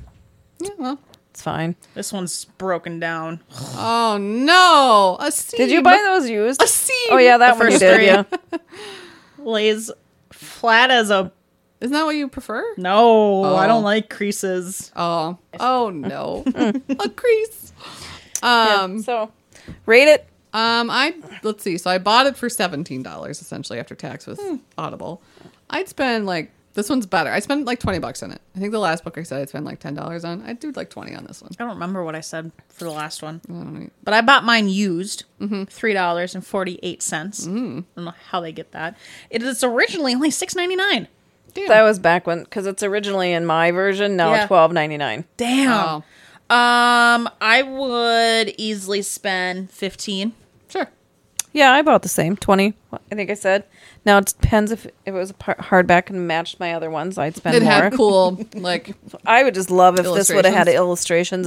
S3: Yeah, well.
S1: It's fine.
S2: this one's broken down.
S3: Oh no! A seed.
S1: Did you buy those used?
S3: a seed?
S1: Oh yeah, that
S2: The
S1: one you
S2: first
S1: did.
S2: three.
S1: Yeah.
S2: Lays flat as a
S3: Isn't that what you prefer?
S2: no. I
S3: Oh.
S2: don't like creases.
S3: Oh. Oh no. a crease. Um.
S1: So, rate it.
S3: Um, I let's see. So I bought it for seventeen dollars essentially after tax with
S1: Hmm.
S3: Audible. I'd spend like this one's better. I spent like twenty bucks on it. I think the last book I said I spent like ten dollars on. I'd do like twenty on this one.
S2: I don't remember what I said for the last one,
S3: I don't know.
S2: but I bought mine used, three dollars and forty eight cents. I don't know how they get that. It is originally only six ninety nine.
S3: Damn.
S1: That was back when because it's originally in my version. Now
S2: Yeah.
S1: twelve ninety nine.
S2: Damn.
S3: Oh,
S2: Um, I would easily spend fifteen.
S3: sure.
S1: Yeah, I bought the same twenty. I think I said. Now it depends if, if it was a par- hardback and matched my other ones, I'd spend
S3: It
S1: more.
S3: had cool like
S1: I would just love if this would have had
S3: Illustrations.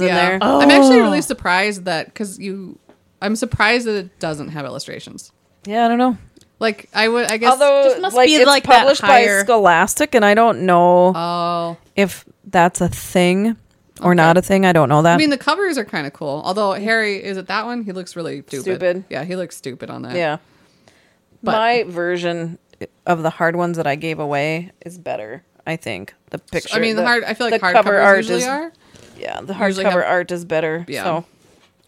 S1: illustrations in
S3: yeah.
S1: there. Oh.
S3: I'm actually really surprised that because you, I'm surprised that it doesn't have illustrations.
S1: Yeah, I don't know.
S3: Like I would, I guess.
S1: Although
S2: just must
S1: like,
S2: be
S1: it's
S2: like that
S1: published
S2: higher-
S1: by Scholastic, and I don't know
S3: oh,
S1: if that's a thing or not a thing. I don't know that.
S3: I mean the covers are kind of cool. Although Harry is it that one? He looks really stupid.
S1: Stupid.
S3: Yeah, he looks stupid on that.
S1: yeah,
S3: But-
S1: my version of the hard ones that I gave away is better. I think the picture.
S3: I mean, the, hard. I feel like
S1: the
S3: hard
S1: cover
S3: covers
S1: art
S3: usually
S1: is-
S3: are.
S1: Yeah, the
S3: usually
S1: hardcover
S3: have-
S1: art is better.
S3: Yeah.
S1: So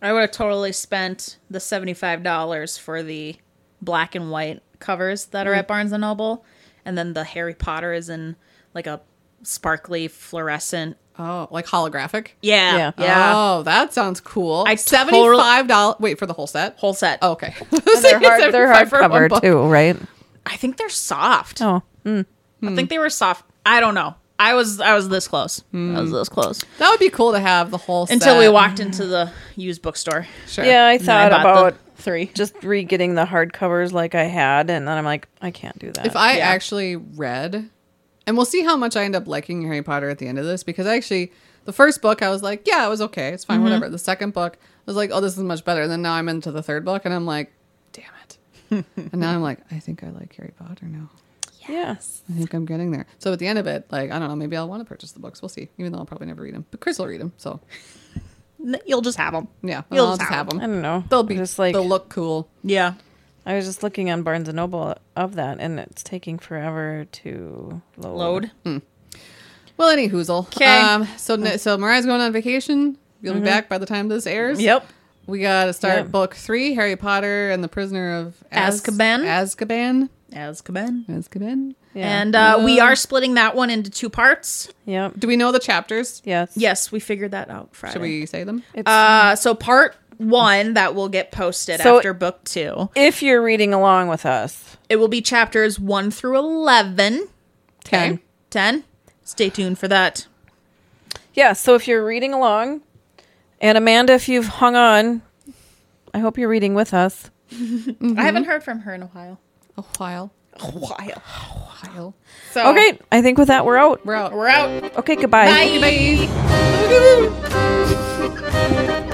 S2: I would have totally spent the seventy-five dollars for the black and white covers that are at Barnes and Noble, and then the Harry Potter is in like a sparkly fluorescent.
S3: Oh, like holographic.
S2: Yeah,
S1: Yeah.
S2: yeah,
S3: Oh, that sounds cool.
S2: I
S3: seventy five dollars. Wait for the whole set.
S2: whole set.
S3: Oh, okay.
S1: they're hard. They're
S3: $75 for one
S1: hardcover
S3: book.
S1: too, right?
S2: I think they're soft.
S1: Oh,
S2: I think they were soft. I don't know. I was I was this close. I was this close
S3: That would be cool to have the whole
S2: Mm. until
S3: set.
S2: we walked into the used bookstore.
S3: Sure.
S1: yeah. I
S2: And then
S1: thought
S2: bought
S1: about
S2: the three.
S1: just re-getting the hardcovers like I had, and then I'm like, I can't do that.
S3: If I
S2: Uh, Yeah.
S3: actually read, and we'll see how much I end up liking Harry Potter at the end of this, because I actually the first book I was like, yeah, it was okay, it's
S2: Mm-hmm.
S3: fine, whatever. The second book I was like, oh, this is much better. And then now I'm into the third book, and I'm like, damn it. and now I'm like, I think I like Harry Potter now.
S1: yes.
S3: I think I'm getting there. So at the end of it, like I don't know, maybe I'll want to purchase the books. We'll see. Even though I'll probably never read them, but Chris will read them. So
S2: N- You'll just have them.
S3: yeah,
S2: You'll
S3: I'll
S2: just
S3: just have
S2: have
S3: them.
S1: I don't know.
S3: They'll be
S1: just like
S3: they'll look cool.
S2: Yeah.
S1: I was just looking on Barnes and Noble of that, and it's taking forever to load.
S2: Load.
S3: Well, any hoozle.
S2: 'Kay.
S3: Um. So n- so Mariah's going on vacation. You'll be back by the time this airs.
S2: Mm-hmm. Yep.
S3: We got to start
S1: Yep.
S3: book three: Harry Potter and the Prisoner of Az-
S2: Azkaban.
S3: Azkaban.
S2: Azkaban.
S3: Azkaban.
S1: Yeah.
S2: And uh, we are splitting that one into two parts.
S1: yep.
S3: Do we know the chapters?
S1: Yes.
S2: Yes, we figured that out Friday.
S3: Should we say them?
S1: It's,
S2: Uh, so part one that will get posted
S1: So-
S2: after book two.
S1: if you're reading along with us,
S2: It will be chapters one through 11.
S3: Ten.
S2: 10. Stay tuned for that.
S1: yeah. So if you're reading along, and Amanda, if you've hung on, I hope you're reading with us. Mm-hmm.
S2: I haven't heard from her in a while.
S3: A while.
S2: A while.
S3: While. Oh.
S2: So
S1: Okay, I think with that we're out.
S3: We're out.
S2: We're out.
S1: Okay, goodbye.
S2: Bye.
S3: Bye.